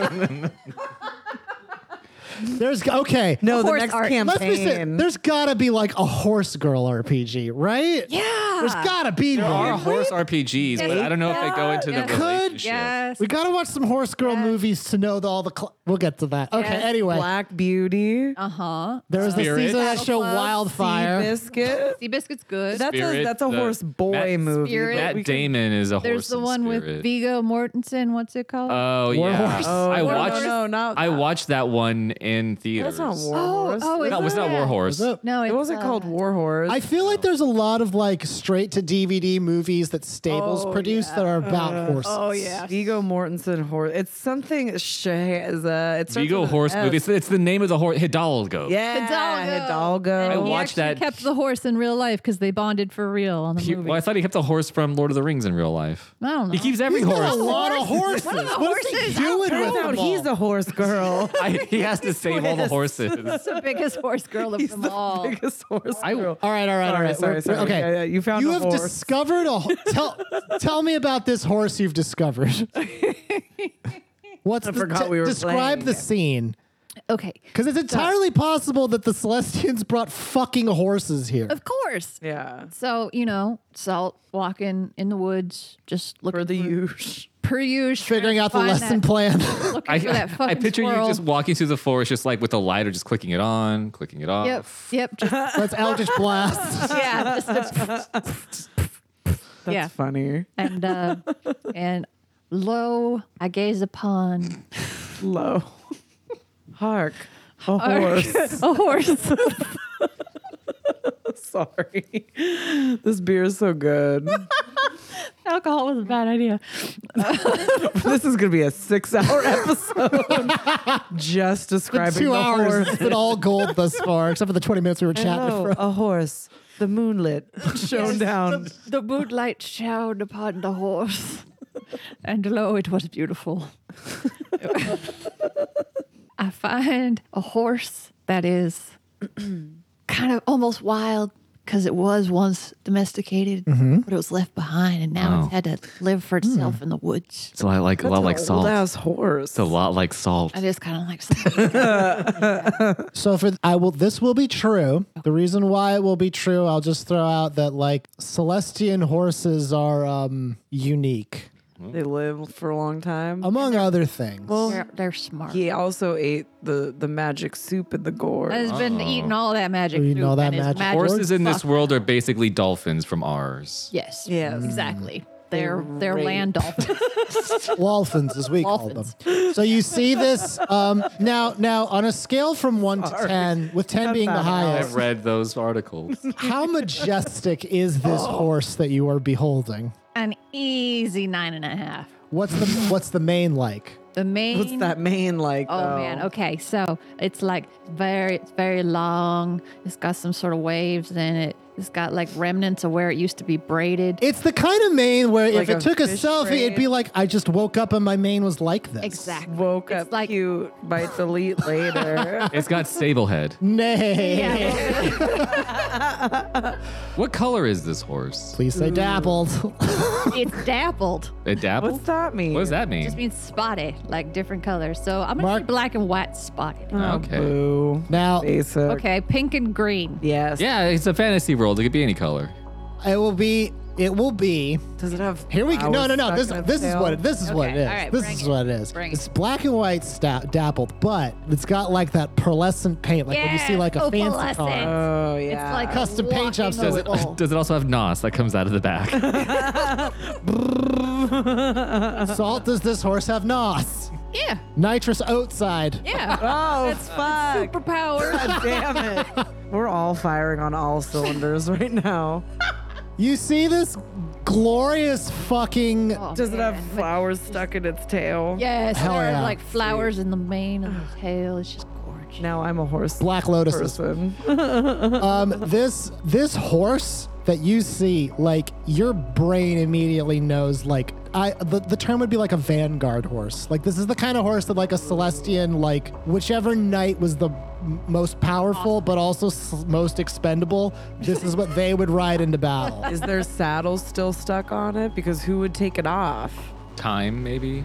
There's okay.
No, the
Horse
next
art.
campaign.
Let's be serious. There's gotta be like a horse girl RPG, right?
Yeah.
There's gotta be
There
one.
are horse RPGs, but I don't know if they go into the
Yeah. Could-
relationship.
Yes.
We gotta watch some horse girl
Yes.
movies to know the, all the. Cl- we'll get to that. Okay.
Yes.
Anyway,
Black Beauty.
Uh huh.
there was this
Spirit.
season of that show
Battle Club,
Wildfire.
Biscuit.
Seabiscuit's good.
That's a
Spirit,
that's a
the-
horse boy
that
movie.
Spirit.
but
Matt
we can-
Damon is a horse.
There's the
in
one with
Spirit.
Vigo Mortensen. What's it
Uh,
called?
Oh yeah,
Horse.
Oh,
I
no,
watched.
No, no, not
I watched that one in theaters.
That's not War
Oh,
Horse.
oh,
No, it was not War Horse.
What's up?
no, it's,
it wasn't
uh,
called War Horse.
I feel like there's a lot of like straight to DVD movies that Stables
Oh,
produce that are about horses.
Vigo Mortensen horse. It's something Shazza. It's
Vigo horse movie. It's, it's the name of the horse. Hidalgo.
Yeah,
Hidalgo.
Hidalgo.
And
I
he
watched
actually
that-
Kept the horse in real life because they bonded for real on the
He-
movie.
well, I thought he kept the horse from Lord of the Rings in real life.
I don't know.
He keeps every
He's got
horse.
a lot of horses.
One of the
What's he
horses.
doing
Turns
with
out
them
he's
all?
a horse girl.
I, he has to save all the
twist.
horses.
He's the biggest horse girl of
he's
them all.
the biggest horse girl.
All right, all right, all
Sorry,
right.
sorry,
We're-
sorry.
Okay,
Yeah, yeah, you found
You
a
have
horse.
discovered a. ho- tell, tell me about this horse you've discovered. What's I
forgot we were
describe
playing.
the scene
Okay.
because it's entirely possible that the Celestians brought fucking horses here.
Of course.
Yeah,
So, you know, Salt walking in the woods, just looking
for the youth.
per usual.
Figuring out the lesson plan.
Looking
I,
for that
I
fucking
picture
squirrel.
you just walking through the forest, just like with a lighter, just clicking it on, clicking it off.
Yep. Yep. Just,
Let's Eldritch Blast.
yeah. Just a,
That's
Yeah.
funny.
and uh, and lo, I gaze upon
Low. Hark. A
a
horse.
a horse.
Sorry. This beer is so good.
Alcohol was a bad idea.
this is going to be a six hour episode. Just describing
Two
the
hours.
horse.
It's been all gold thus far, except for the 20 minutes we were chatting.
Hello,
for.
a horse. The moonlit shone
Yes,
down.
The moonlight shone upon the horse, and lo, it was beautiful. I find a horse that is kind of almost wild because it was once domesticated,
Mm-hmm.
but it was left behind, and now it's
Wow.
had to live for
Hmm.
itself in the woods.
It's a lot like a lot like
An
salt.
Old ass
It's
horse.
a lot like salt.
I just kind of like something.
So for I will this will be true. The reason why it will be true, I'll just throw out that like Celestian horses are um unique
They live for a long time.
Oh.
among other things.
they're, they're smart.
he also ate the the magic soup in the gourd.
Has been eating all that magic.
Eating all that
food and is
magic
Oh. Horses in this
fucked
world are basically dolphins from ours.
Yes.
Yes.
Exactly. They're
They're
they're
great.
land dolphins.
Walfins as we call them. So you see this um now now on a scale from 1 to 10 with 10 being the
not how
highest.
I've read those articles.
How majestic is this
Oh.
horse that you are beholding?
An easy nine and a half.
What's the what's the mane like?
The main.
What's that mane like?
Oh
though?
man. Okay. So it's like very it's very long. It's got some sort of waves in it. It's got like remnants of where it used to be braided.
It's the kind of mane where
Like
if it
a
took a
fish
selfie, it'd be like I just woke up and my mane was like this.
exactly.
Woke
It's
up
like-
cute. Bite delete later.
It's got sable head.
Nay.
Yeah.
What color is this horse?
Please say dabbled.
it's dappled.
A dapple?
What's that mean?
What does that mean?
Just means spotted, like different colors. So I'm gonna
Mark-
say black and white spotted.
Oh,
okay.
Boo.
Now
Basic.
Okay. Pink and green.
Yes.
Yeah, it's a fantasy world. It could be any color.
it will be. It will be.
Does it have?
Here we go. No,
flowers
no, no.
stuck
This this
in its
is
tail?
what it, this is what it
Okay,
is.
all right,
this
bring
is
it.
what it is.
Bring
it's black and white sta- dappled, but it's got like that pearlescent paint, like when you see
Yeah, Oh,
like a fancy
opalescent.
car.
Oh yeah.
It's like
Custom paint
walking
jobs does
Does
it-
it,
opal.
does it also have nos that comes out of the back?
Salt does this horse have nos?
Yeah.
Nitrous oxide.
Yeah.
Oh fuck.
Superpower.
God damn it. We're all firing on all cylinders right now.
You see this glorious fucking.
Oh,
Does it
man.
have flowers stuck in its tail?
Yes,
Hell
there
yeah.
are like flowers in the mane and the tail. It's just gorgeous.
Now I'm a horse
Black Lotus is
person.
Um, this this horse that you see, like your brain immediately knows, like I the, the term would be like a vanguard horse. Like this is the kind of horse that like a Celestian, like whichever knight was the m- most powerful but also s- most expendable, this is what they would ride into battle.
Is their saddle still stuck on it? Because who would take it off?
Time, maybe?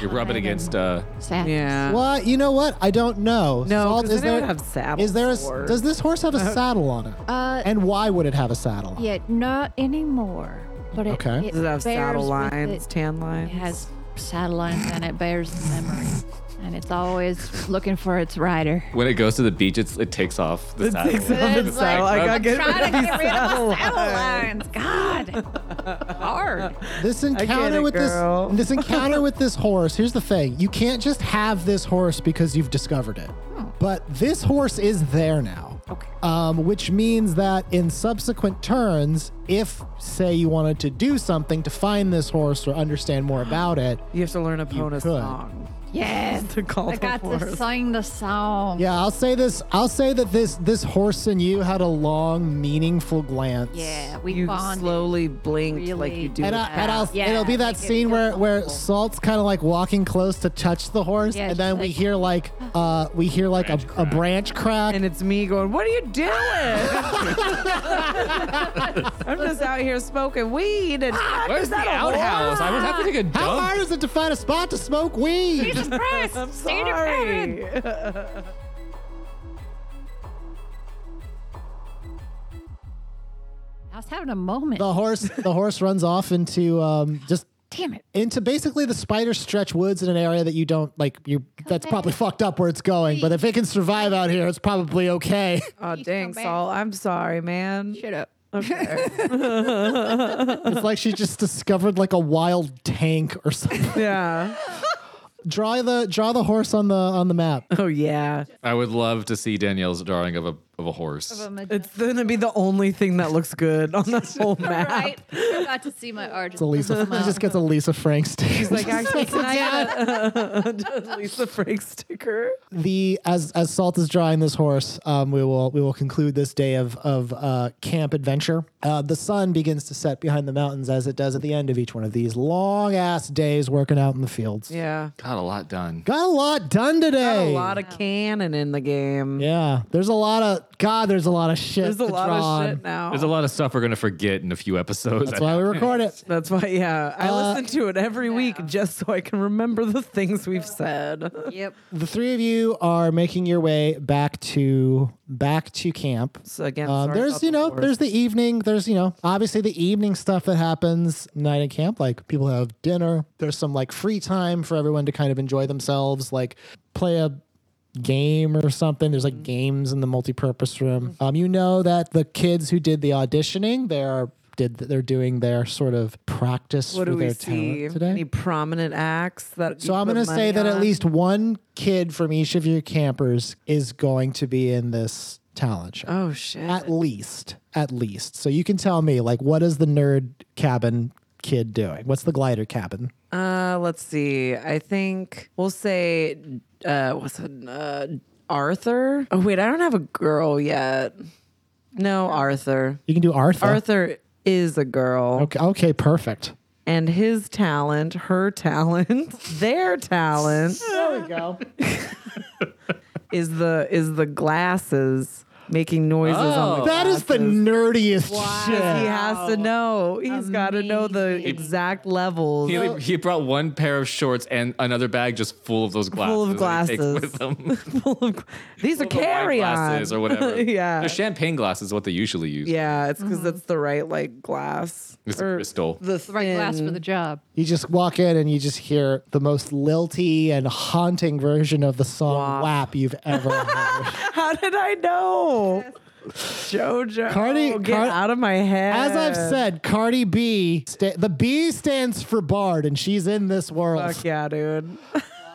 You rub it against uh,
Sadness.
Yeah.
Well, you know what? I don't know.
No,
Salt,
'cause
is
then
there
it would have saddle
is there a,
sore.
does this horse have a saddle on it?
Uh,
and why would it have a saddle? on it?
Yeah, not anymore. But it,
Okay.
it
Does it have saddle
bears with
lines,
it.
tan
It
lines?
has saddle lines and it bears the memory. And it's always looking for its rider.
when it goes to the beach. It's, it takes off the saddle.
takes off its
It's
saddle. I
oh,
gotta get rid of
Trying to
these
get rid of
saddle
the saddle
lines.
lines. God. Hard.
This
get
encounter
it,
with
girl.
this this encounter with this horse. Here's the thing: you can't just have this horse because you've discovered it.
Hmm.
But this horse is there now.
Okay.
Um, which means that in subsequent turns, if say you wanted to do something to find this horse or understand more about it,
You have to learn a Pona
could.
song.
Yes.
To call
I
the
got to
horse.
sing the song.
yeah, I'll say this. I'll say that this this horse and you had a long, meaningful glance.
Yeah, we
You
bonded.
slowly blinked like
really
you do.
And, I,
with
and I'll,
Yeah,
it'll be that
make it
scene
feel
where, where
comfortable.
Salt's kind of like walking close to touch the horse,
Yeah,
and then
she's
we
like-
hear like uh, we hear like a,
Branch
a
crack.
branch crack.
and it's me going, What are you doing? I'm just out here smoking weed. And
Where's the outhouse? I was having to take a dump.
How hard is it to find a spot to smoke weed?
Jesus Christ.
I'm
stay in your cabin.
sorry.
I was having a moment.
the horse the horse runs off into um, just
Damn it.
into basically the spider stretch woods in an area that you don't like. You that's probably fucked up where it's going, but if it can survive out here, it's probably okay.
Oh,
Please
dang,
come back.
Saul. I'm sorry, man.
Shut up.
Okay.
it's like she just discovered like a wild tank or something.
yeah.
draw the draw the horse on the on the map.
Oh, yeah.
I would love to see Danielle's drawing of a of a horse.
It's going to be the only thing that looks good on this whole map.
Right? I got to see my art.
It's a Lisa. she just gets a Lisa Frank sticker.
Like, actually, can I uh, get a Lisa Frank sticker?
the as as Salt is drawing this horse, um, we will we will conclude this day of of uh, camp adventure. Uh, the sun begins to set behind the mountains as it does at the end of each one of these long ass days working out in the fields.
Yeah.
Got a lot done.
Got a lot done today.
A lot of cannon in the game.
yeah, there's a lot of God. There's a lot of shit.
There's a
to
lot
draw on.
of shit now.
There's a lot of stuff we're gonna forget in a few episodes.
That's why we record it.
That's why, yeah. I listen to it every week just so I can remember the things we've said.
Yep.
The three of you are making your way back to back to camp.
So again,
Um,
sorry
there's
about
you
the
know
horse.
there's the evening there's you know obviously the evening stuff that happens night at camp like people have dinner there's some like free time for everyone to kind of enjoy themselves like play a game or something there's
Mm-hmm.
like games in the multi-purpose room um you know that the kids who did the auditioning they're did they're doing their sort of practice
what
for
do we
their
see?
talent today
Any prominent acts that?
so I'm going to say that at least one kid from each of your campers is going to be in this talent show.
Oh shit!
At least, at least. So you can tell me, like, what is the nerd cabin kid doing? What's the glider cabin?
Uh, let's see. I think we'll say uh, what's it? Uh, Arthur. Oh wait, I don't have a girl yet. No, Arthur.
You can do Arthur.
Arthur is a girl,
Okay, okay, perfect.
and his talent, her talent, their talent
There we go.
is the is the glasses making noises on the
That is the
glasses.
nerdiest
He
shit.
has to know. He's got to know the exact levels.
He, only- he brought one pair of shorts and another bag just full of those glasses.
Full of
that he takes
glasses.
with him.
Full of- These are
Full of wine
carry on.
glasses or whatever.
Yeah.
They're champagne glasses, what they usually use.
Yeah, it's
Mm-hmm.
because it's the right like glass.
It's a
or
crystal.
The
Right glass for
thin-
the job.
You just walk in and you just hear the most lilty and haunting version of the song
Wah.
WAP you've ever heard.
How did I know? Jojo,
Cardi-
get
Car-
out of my head.
As I've said, Cardi B, sta- the B stands for Bard, and she's in this world.
Fuck yeah, dude.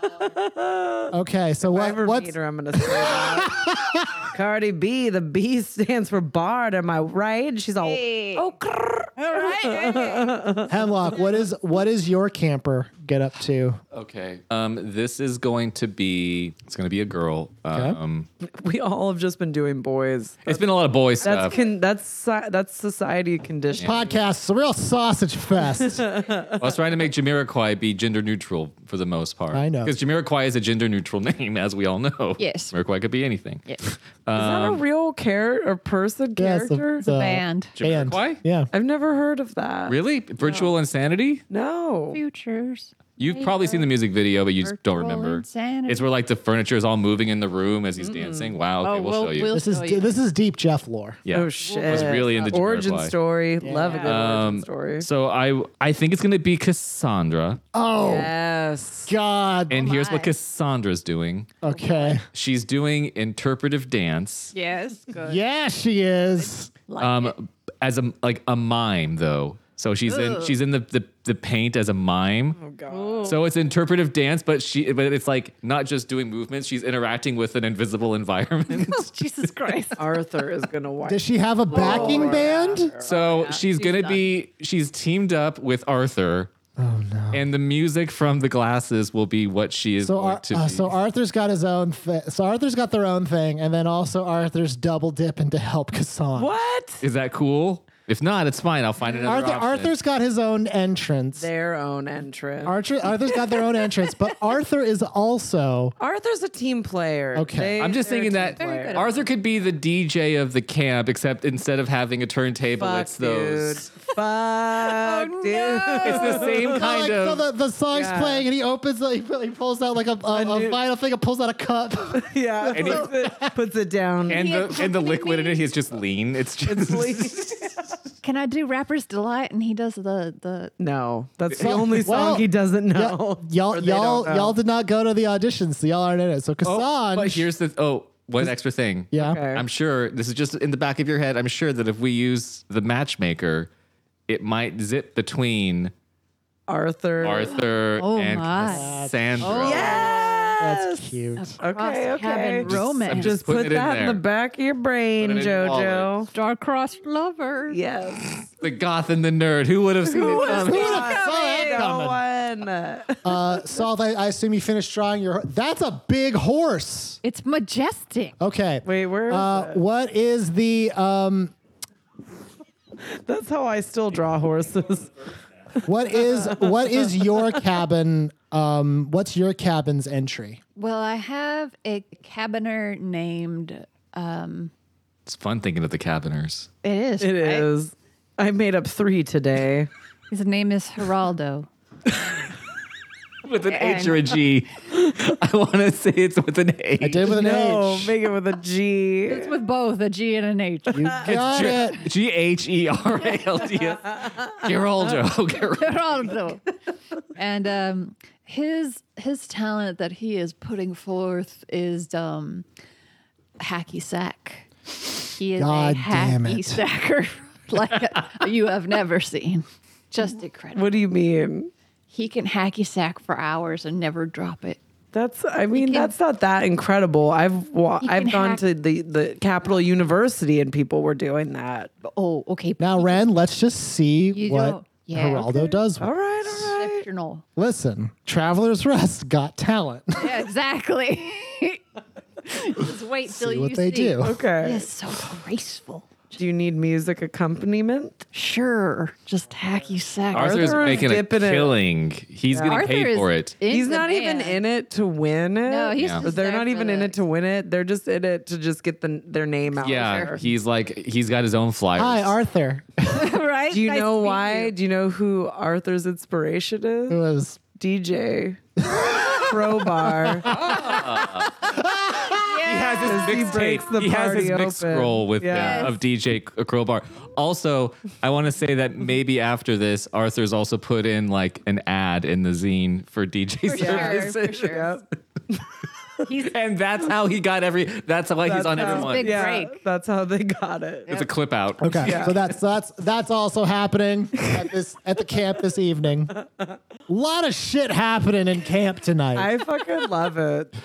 Okay, so
If I
what,
ever
what's
meet her, I'm gonna say that. Cardi B, the B stands for Bard. Am I right? She's all oh, crrr.
Hemlock? What is what is your camper get up to?
Okay. Um, this is going to be it's gonna be a girl. Um
we all have just been doing boys.
it's been a lot of boy
That's
stuff.
con- that's so- that's society condition.
Podcast's a real sausage fest.
I was trying to make Jamiroquai be gender neutral for the most part.
I know.
Because Jamiroquai is a gender neutral name, as we all know.
Yes.
Jamiroquai could be anything.
Yes.
Is that
Um,
a real character or person
Yes, the-
character?
the
Band.
band.
Jamiroquai?
Yeah.
I've never heard of that.
Really? Virtual insanity?
No.
Futures.
You've probably seen the music video, but you just don't
Virtual
remember.
insanity.
It's where like the furniture is all moving in the room as he's dancing. Wow. Okay,
Oh,
we'll,
we'll-
show you.
we'll-
This is
Oh, yeah.
this is deep Jeff lore.
yeah.
Oh shit!
was really into
origin
Dragonfly.
story. Love a good origin
Um,
story.
So I I think it's gonna be Cassandra,
Oh
yes.
God.
and here's what
my.
Cassandra's doing.
okay.
She's doing interpretive dance.
Yes, good.
Yeah, she is.
Like it.
Um, as a like a mime though. So she's in she's in the, the the paint as a mime. Oh god. So it's interpretive dance, but she but it's like not just doing movements. She's interacting with an invisible environment.
Jesus Christ.
Arthur is gonna watch.
Does she have a backing band?
So she's gonna be she's teamed up with Arthur. Oh no! And the music from the glasses will be what she is
So,
going
Ar-
to
uh,
be.
so Arthur's got his own. Thi- so Arthur's got their own thing, and then also Arthur's double dip into help Kassan.
what?
is that cool? If not, it's fine. I'll find another
Arthur,
option.
Arthur's got his own entrance.
Their own entrance.
Archer, Arthur's got their own entrance, but Arthur is also
Arthur's a team player.
Okay.
I'm just
they're a
thinking
team
that
player.
Arthur could be the DJ of the camp, except instead of having a turntable,
Fuck,
it's those. Oh,
dude. Fuck, dude.
It's the same
Oh, like,
kind
so
of.
the, the song's
Yeah.
playing, and he opens, like, he pulls out like a, a, a
new-
vinyl thing, and pulls out a cup.
yeah.
And
puts, it, puts it down.
and the and the liquid in it, he's just lean. It's just
Can I do Rapper's Delight? And he does the, the
no, that's the
Well-
only song
well,
he doesn't
Yeah,
know.
y'all,
Or they
y'all,
don't know.
y'all did not go to the audition, so y'all aren't in it. So Kassan,
But here's the oh, one extra thing.
yeah,
Okay.
I'm sure this is just in the back of your head. I'm sure that if we use the matchmaker, it might zip between
Arthur.
Arthur
Oh
and
my.
Cassandra.
that's cute.
Okay,
cross cabin
okay.
romance.
I'm
Just
Putting
put
it in
that in, the
there.
back of your brain,
Put it in your
Jojo.
wallet.
star-crossed lover.
Yes.
The goth and the nerd. Who would have seen it
Who
coming?
would have saw that coming?
No one.
Uh, Salt, I, I assume you finished drawing your. That's a big horse.
It's majestic.
Okay.
Wait, where is
Uh, what is the um?
it? That's how I still draw horses.
What is what is your cabin? Um, what's your cabin's entry?
Well, I have a cabiner named. Um,
It's fun thinking of the cabiners.
it is.
It is. I made up three today.
His name is Geraldo.
With an H
And-
or a G. I want to say it's with an H.
I did with an
no,
H.
make it with a G.
It's with both a G and an H.
You got it.
G H E R A L D S. Geraldo. Geraldo.
Geraldo. and um, his his talent that he is putting forth is um, hacky sack. He is
God
a
damn
hacky
it.
sacker like you have never seen. Just incredible.
What do you mean?
He can hacky sack for hours and never drop it.
That's. I mean,
can-
that's not that incredible. I've wa-
He can
I've gone
hack-
to the the Capital University and people were doing that.
Oh, okay.
Now, Ren, let's just see
You
what
don't- yeah,
Geraldo does. with
All right, all right.
Exceptional.
Listen, Traveler's Rest got talent.
Yeah, exactly. Just wait till
see
you
what they
see.
do.
Okay.
It's so graceful.
Do you need music accompaniment?
Sure, just hacky sack.
Arthur's
Arthur is
making a
dipping it.
killing. He's getting
Arthur
paid
is
for it.
in
He's
the
not even
band.
in it to win it.
No, he's
Yeah.
just
They're
there
not
for
even in
the-
it to win it. They're just in it to just get the, their name out.
Yeah,
there.
he's like he's got his own flyers.
Hi, Arthur.
right?
Do you
Nice
know
to meet
why?
you. Mm.
Do you know who Arthur's inspiration
It
is?
was
DJ Crowbar.
He has his
He breaks
mixtape.
the
He, has his
party
mix
open.
scroll with
Yes.
uh, of DJ C- Crowbar. Also, I want to say that maybe after this, Arthur's also put in like an ad in the zine for DJ
For
services,
sure, for sure.
Yep.
and that's how he got every. That's why he's
That's
on
how-
everyone.
Big
Yeah,
break.
that's how they got it.
It's a clip out.
Okay, so that's that's that's also happening at this at the camp this evening. A lot of shit happening in camp tonight.
I fucking love it.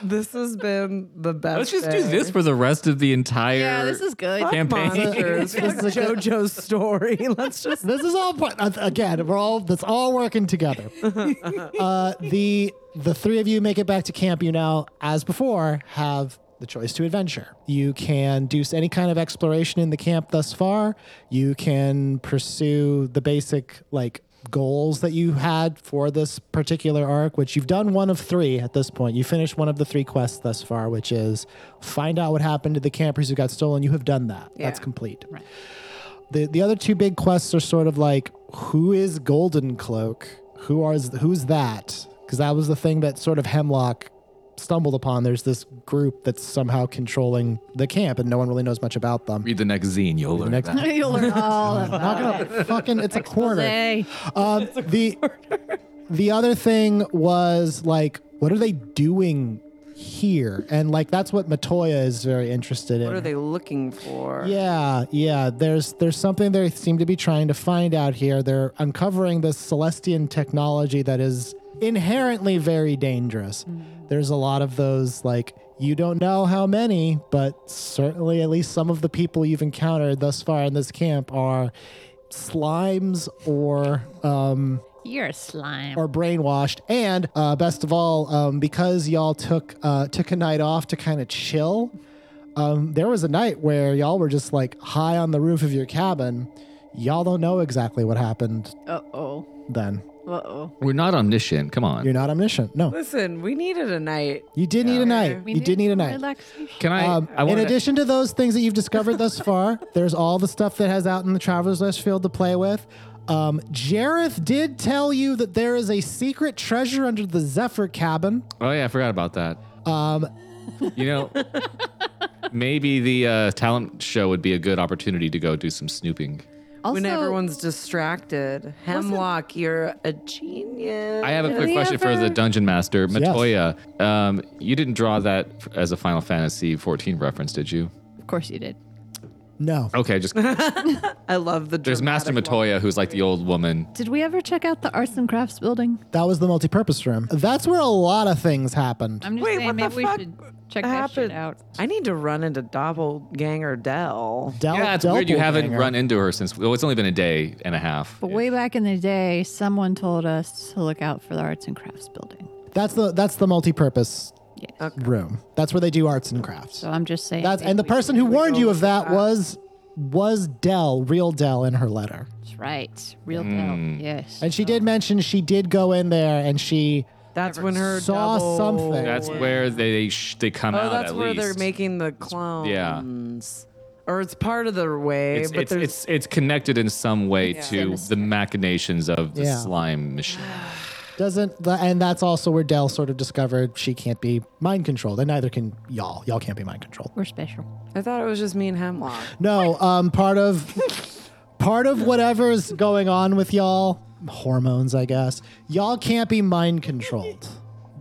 This has been the best.
Let's just
day.
do this for the rest of the entire.
Yeah, this is good.
Fuck
campaign.
monsters.
This
Fuck
is a good-
JoJo's story. Let's just.
this is all part uh, again. We're all that's all working together. Uh, the the three of you make it back to camp. You now, as before, have the choice to adventure. You can do any kind of exploration in the camp thus far. You can pursue the basic like goals that you had for this particular arc, which you've done one of three at this point. You finished one of the three quests thus far, which is find out what happened to the campers who got stolen. You have done that. That's
Yeah.
complete. The the other two big quests are sort of like who is Golden Cloak, who are who's that? Because that was the thing that sort of Hemlock stumbled upon. There's this group that's somehow controlling the camp, and no one really knows much about them.
Read the next zine, you'll learn.
next-
that.
You'll learn all about it.
Fucking, it's a quarter.
Say,
Um, the the other thing was like, what are they doing here? And like, that's what Matoya is very interested in.
What are they looking for?
Yeah, yeah. There's there's something they seem to be trying to find out here. They're uncovering this Celestian technology that is inherently very dangerous. There's a lot of those like you don't know how many, but certainly at least some of the people you've encountered thus far in this camp are slimes or um,
You're a slime.
or brainwashed. And uh, best of all, um, because y'all took uh, took a night off to kind of chill, um, there was a night where y'all were just like high on the roof of your cabin. Y'all don't know exactly what happened
Uh oh.
then.
Uh oh.
We're not omniscient. Come on.
You're not omniscient. No,
Listen, we needed a night.
you did need a night.
We
you did need a night.
Relaxation.
Can I?
Um,
I
in
wanted to-
addition to those things that you've discovered thus far, there's all the stuff that has out in the Traveler's List field to play with. Um, Jareth did tell you that there is a secret treasure under the Zephyr cabin.
Oh yeah, I forgot about that. Um, you know, maybe the uh, talent show would be a good opportunity to go do some snooping.
Also,
when everyone's distracted, Hemlock, you're a genius.
I have a quick
we
question for the
ever-
dungeon master, Matoya. Um, you didn't draw that f- as a Final Fantasy 14 reference, did you?
of course you did.
No.
Okay, just
I love the.
there's Master
dramatic
Matoya, who's like the old woman.
Did we ever check out the arts and crafts building?
That was the multi-purpose room. That's where a lot of things happened.
I'm just
Wait,
saying
what the
maybe we
fuck
should check that shit
happened?
out.
I need to run into doppelganger Dell.
Del-
yeah, it's weird you haven't
doppelganger.
run into her since. Well, it's only been a day and a half.
But way back in the day, someone told us to look out for the arts and crafts building.
That's the that's the multi-purpose
Yes.
room. That's where they do arts and crafts.
So I'm just saying.
That's
maybe
and the
we
person who warned you of
look
that was was Dell, real Dell, in her letter.
should- Right. Real
Hmm.
deal. Yes.
And she did mention she did go in there and she
That's when her
Saw
double-
something.
That's where they sh- they come
Oh,
out.
that's
at
where they're
least.
making the clones. Or it's part of the way,
It's
but
it's,
there's
it's it's connected in some way to
Sinister.
the machinations of the
Yeah.
slime machine.
doesn't. the- And that's also where Dell sort of discovered she can't be mind controlled, and neither can y'all. Y'all can't be mind controlled.
We're special.
I thought it was just me and Hemlock.
No, um, part of part of whatever's going on with y'all hormones, I guess. Y'all can't be mind controlled.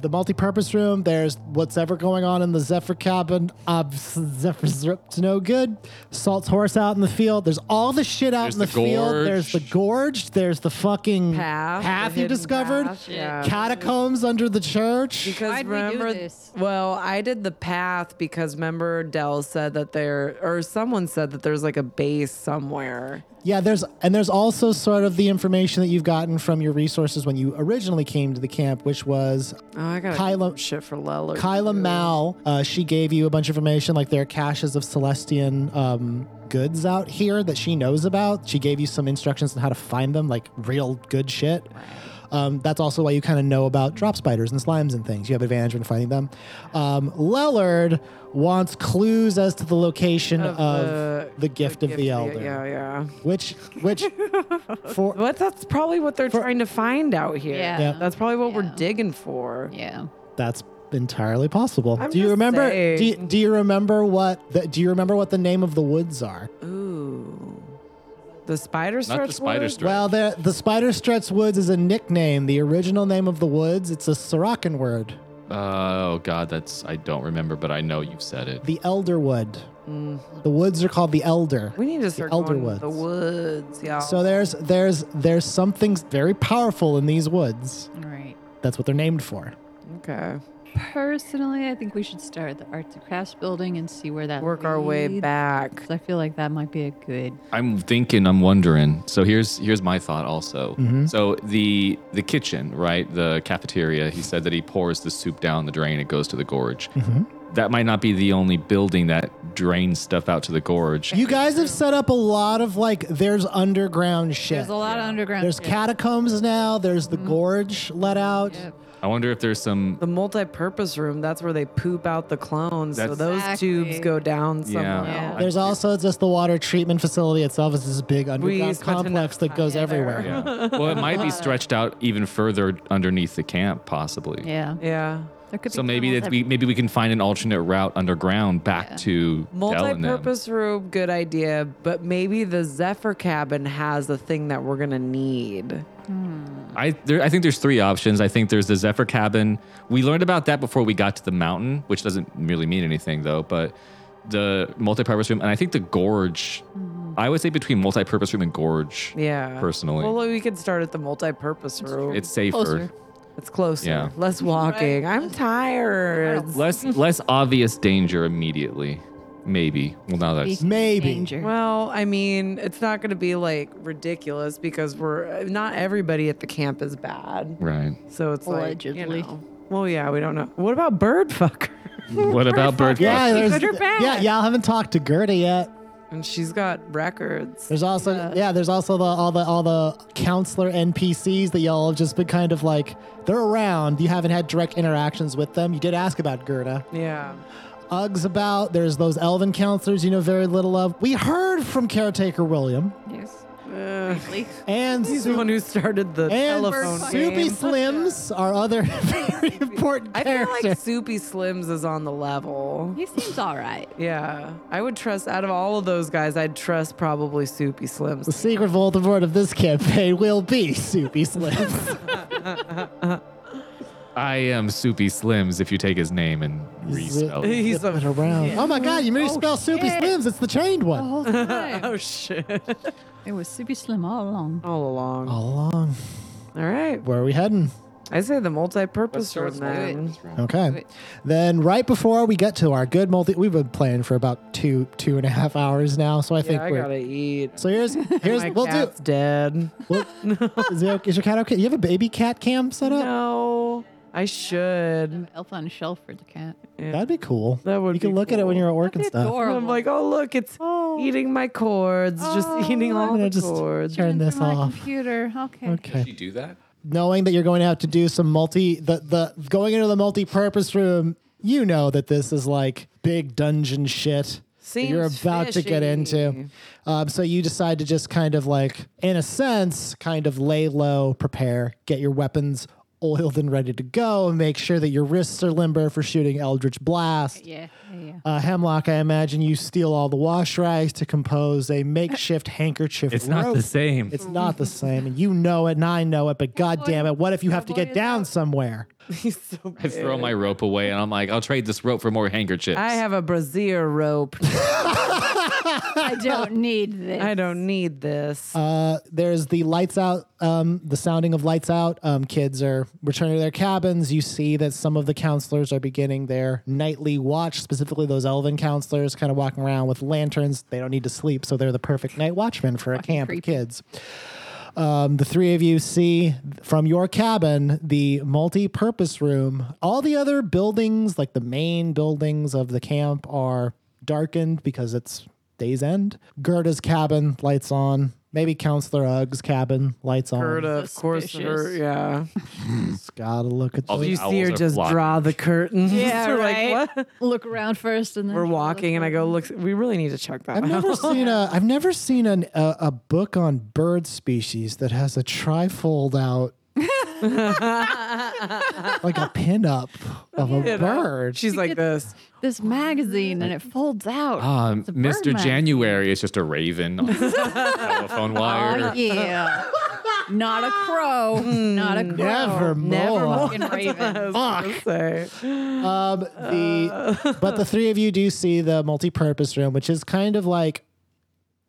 The multi-purpose room. There's what's ever going on in the Zephyr cabin. Ob- Zephyr's up to no good. Salt's horse out in the field. There's all the shit out
There's
in the,
the
field.
gorge.
There's the gorge. There's the fucking
Path, the
you
hidden
discovered.
path, yeah.
Catacombs under the church.
Because
Why'd we do
remember,
this?
well, I did the path because remember Dell said that there, or someone said that there's like a base somewhere.
Yeah, there's and there's also sort of the information that you've gotten from your resources when you originally came to the camp, which was
Oh, I got
Kyla-
shit for Lella.
Kyla Mao. Uh, she gave you a bunch of information, like there are caches of Celestian um, goods out here that she knows about. She gave you some instructions on how to find them, like real good shit. Um, that's also why you kind of know about drop spiders and slimes and things. You have advantage when finding them. Um, Lellard wants clues as to the location of,
the-
the, gift of the elder,
Yeah, yeah.
which which for
But that's probably what they're trying to find out here.
Yeah. Yeah.
That's probably what
Yeah.
we're digging for.
Yeah.
That's entirely possible.
I'm
do you
just
remember?
saying.
Do you, do you remember what? The, do you remember what the name of the woods are?
Ooh. The spider stretch
Not the spider
wood?
stretch.
Well, the the Spider Struts Woods is a nickname. The original name of the woods. It's a Sorokin word.
oh God, that's I don't remember, but I know you've said it.
The Elderwood. The woods are called the Elder.
Mm-hmm. We need to start
elder
going with the
woods.
woods, y'all.
So there's there's there's something very powerful in these woods.
All right.
That's what they're named for.
okay.
Personally, I think we should start at the arts and crafts building and see where that
Work our way
leads.
back.
I feel like that might be a good.
I'm thinking, I'm wondering. So here's here's my thought also. So the the kitchen, right, the cafeteria. He said that he pours the soup down the drain. It goes to the gorge. that might not be the only building that drains stuff out to the gorge.
You guys have set up a lot of like there's underground shit.
There's a lot of underground.
There's
shit.
catacombs now. There's
Mm-hmm.
the gorge let out.
Yep.
I wonder if there's some
The multi-purpose room, that's where they poop out the clones. so
That's-
those tubes
Exactly.
go down somewhere.
Yeah.
else.
There's also just the water treatment facility itself is this big underground
spent enough
complex that goes
time there.
everywhere.
Yeah. Well, it might be stretched out even further underneath the camp, possibly.
Yeah.
Yeah.
There could be
So maybe
tunnels
that we maybe we can find an alternate route underground back to Multi-purpose.
Multi-purpose room, good idea, but maybe the Zephyr cabin has the thing that we're gonna need.
I there, I think there's three options. I think there's the Zephyr cabin. We learned about that before we got to the mountain, which doesn't really mean anything though. But the multi-purpose room, and I think the gorge.
Mm-hmm.
I would say between multi-purpose room and gorge.
Yeah.
Personally.
Well, we could start at the multi-purpose room.
It's safer.
Closer.
it's closer.
Yeah.
Less walking. I'm tired.
Less less obvious danger immediately. Maybe. Well, now
that-
that's
Maybe.
Danger.
Well, I mean, it's not going to be like ridiculous because we're not everybody at the camp is bad.
right.
So it's like,
Allegedly.
you know. well, yeah, we don't know. What about birdfucker?
What about bird?
Yeah,
fuck?
there's,
put her back.
yeah, y'all haven't talked to Gerda yet.
And she's got records.
There's also yeah. there's also the all the all the counselor NPCs that y'all have just been kind of like they're around. You haven't had direct interactions with them. You did ask about Gerda.
Yeah.
Uggs about. There's those elven counselors you know very little of. We heard from caretaker William
Yes.
Uh,
Briefly.
and
he's the
Su-
one who started the
and
telephone
Soupy
game.
Slims, our other very important
I feel
character.
like Soupy Slims is on the level.
He seems all right.
Yeah. I would trust, out of all of those guys, I'd trust probably Soupy
the
Slims.
secret Voldemort of this campaign will be Soupy Slims.
I am Soupy Slims if you take his name and respell it.
He's
Zip it
a.
around. Oh my god, you made me spell Soupy
shit.
Slims. It's the trained
The
one.
whole
Oh,
time.
shit.
it was super slim all along.
All along.
All along. Oh.
All right.
Where are we heading?
I say the multi-purpose room then.
Okay. Then right before we get to our good multi, we've been playing for about two two and a half hours now, so I think
Yeah, I
we're.
gotta eat.
So here's here's
My
we'll do.
cat's dead.
We'll, is, it okay- is your cat okay? You have a baby cat cam set up.
No, I should.
Elf on a shelf for the cat.
That'd be cool.
That would
You can
be
look at it when
cool.
you're at work and stuff.
Adorable.
I'm like, oh look, it's eating my cords, just eating all
I'm gonna
the
Oh. just
cords.
turn
Into
this
my
off.
computer. Okay.
Okay.
you do that?
Knowing that you're going to have to do some multi the the going into the multi-purpose room, you know that this is like big dungeon shit. that you're
Seems
about to get into.
fishy.
Um, so you decide to just kind of like, in a sense, kind of lay low, prepare, get your weapons oiled and ready to go, and make sure that your wrists are limber for shooting Eldritch Blast.
Yeah. yeah, Yeah.
Uh, Hemlock, I imagine you steal all the wash rags to compose a makeshift handkerchief.
It's not
rope.
the same.
It's not the same, and you know it, and I know it. But God damn it, what if you have to get down somewhere?
He's so
I
bad.
throw my rope away and I'm like, I'll trade this rope for more handkerchiefs.
I have a brazier rope.
I don't need this.
I don't need this.
Uh, there's the lights out, um, the sounding of lights out. Um, kids are returning to their cabins. You see that some of the counselors are beginning their nightly watch, specifically those elven counselors, kind of walking around with lanterns. They don't need to sleep, so they're the perfect night watchmen for a camp of
creepy.
kids. Um, the three of you see from your cabin the multi purpose room. All the other buildings, like the main buildings of the camp, are darkened because it's day's end. Gerda's cabin lights on. Maybe Counselor Ugg's cabin lights on.
Heard of course, her,
Suspicious.
yeah.
Just gotta look at
All
the-
You
these
see
owls
her
are
just
flocking.
draw the curtains.
Yeah,
We're like,
right.
what?
Look around first, and then
We're walking, and I go, look, we really need to check that
I've
out.
never seen a I've never seen an, a a book on bird species that has a trifold out like a pinup of a bird.
She's like this.
this magazine, and it folds out.
Ah,
It's a bird
Mr.
magazine.
January is just a raven on a telephone
Oh
wire.
yeah. Not a crow. Not a crow.
Nevermore.
Fucking raven.
Fuck.
Say.
Um, the but the three of you do see the multi-purpose room, which is kind of like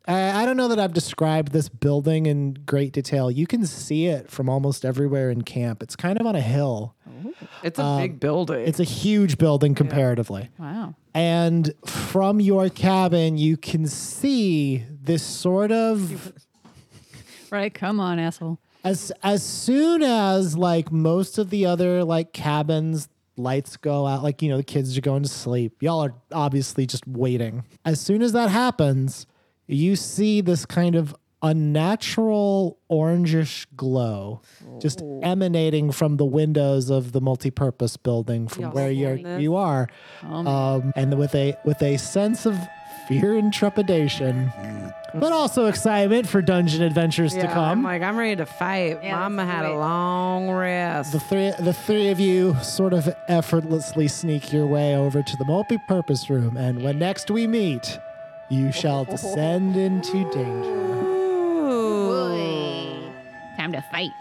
I, I don't know that I've described this building in great detail. You can see it from almost everywhere in camp. It's kind of on a hill.
It's a big building.
Um, It's a huge building comparatively.
Wow.
and from your cabin you can see this sort of
Right. Come on, asshole.
as as soon as like most of the other like cabins lights go out, like, you know, the kids are going to sleep. Y'all are obviously just waiting. As soon as that happens, you see this kind of unnatural orangish glow just emanating from the windows of the multipurpose building from
Y'all
where you're
seeing this?
you are um, and with a with a sense of fear and trepidation
Mm.
but also excitement for dungeon adventures to
I'm
come
like, I'm ready to fight.
Yeah,
Mama
let's
had
do
a
it.
long rest.
the three the three of you sort of effortlessly sneak your way over to the multi-purpose room and when next we meet you shall descend into danger
Ooh.
Time to fight.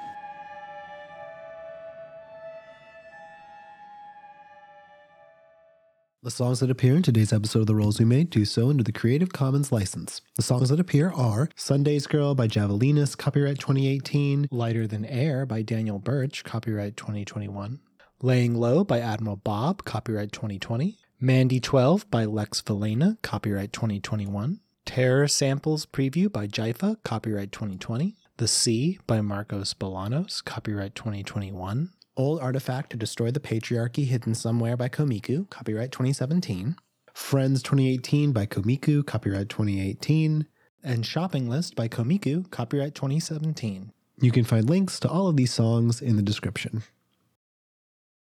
The songs that appear in today's episode of The Rolls We Made do so under the Creative Commons license. The songs that appear are Sunday's Girl by Javelinus, copyright 2018, Lighter Than Air by Daniel Birch, copyright 2021, Laying Low by Admiral Bob, copyright 2020, Mandy 12 by Lex Valena, copyright 2021, Terror Samples Preview by Jaifa, copyright 2020, The Sea by Marcos Bolanos, copyright 2021, Old Artifact to Destroy the Patriarchy Hidden Somewhere by Komiku, copyright 2017. Friends 2018 by Komiku, copyright 2018. And Shopping List by Komiku, copyright 2017. You can find links to all of these songs in the description.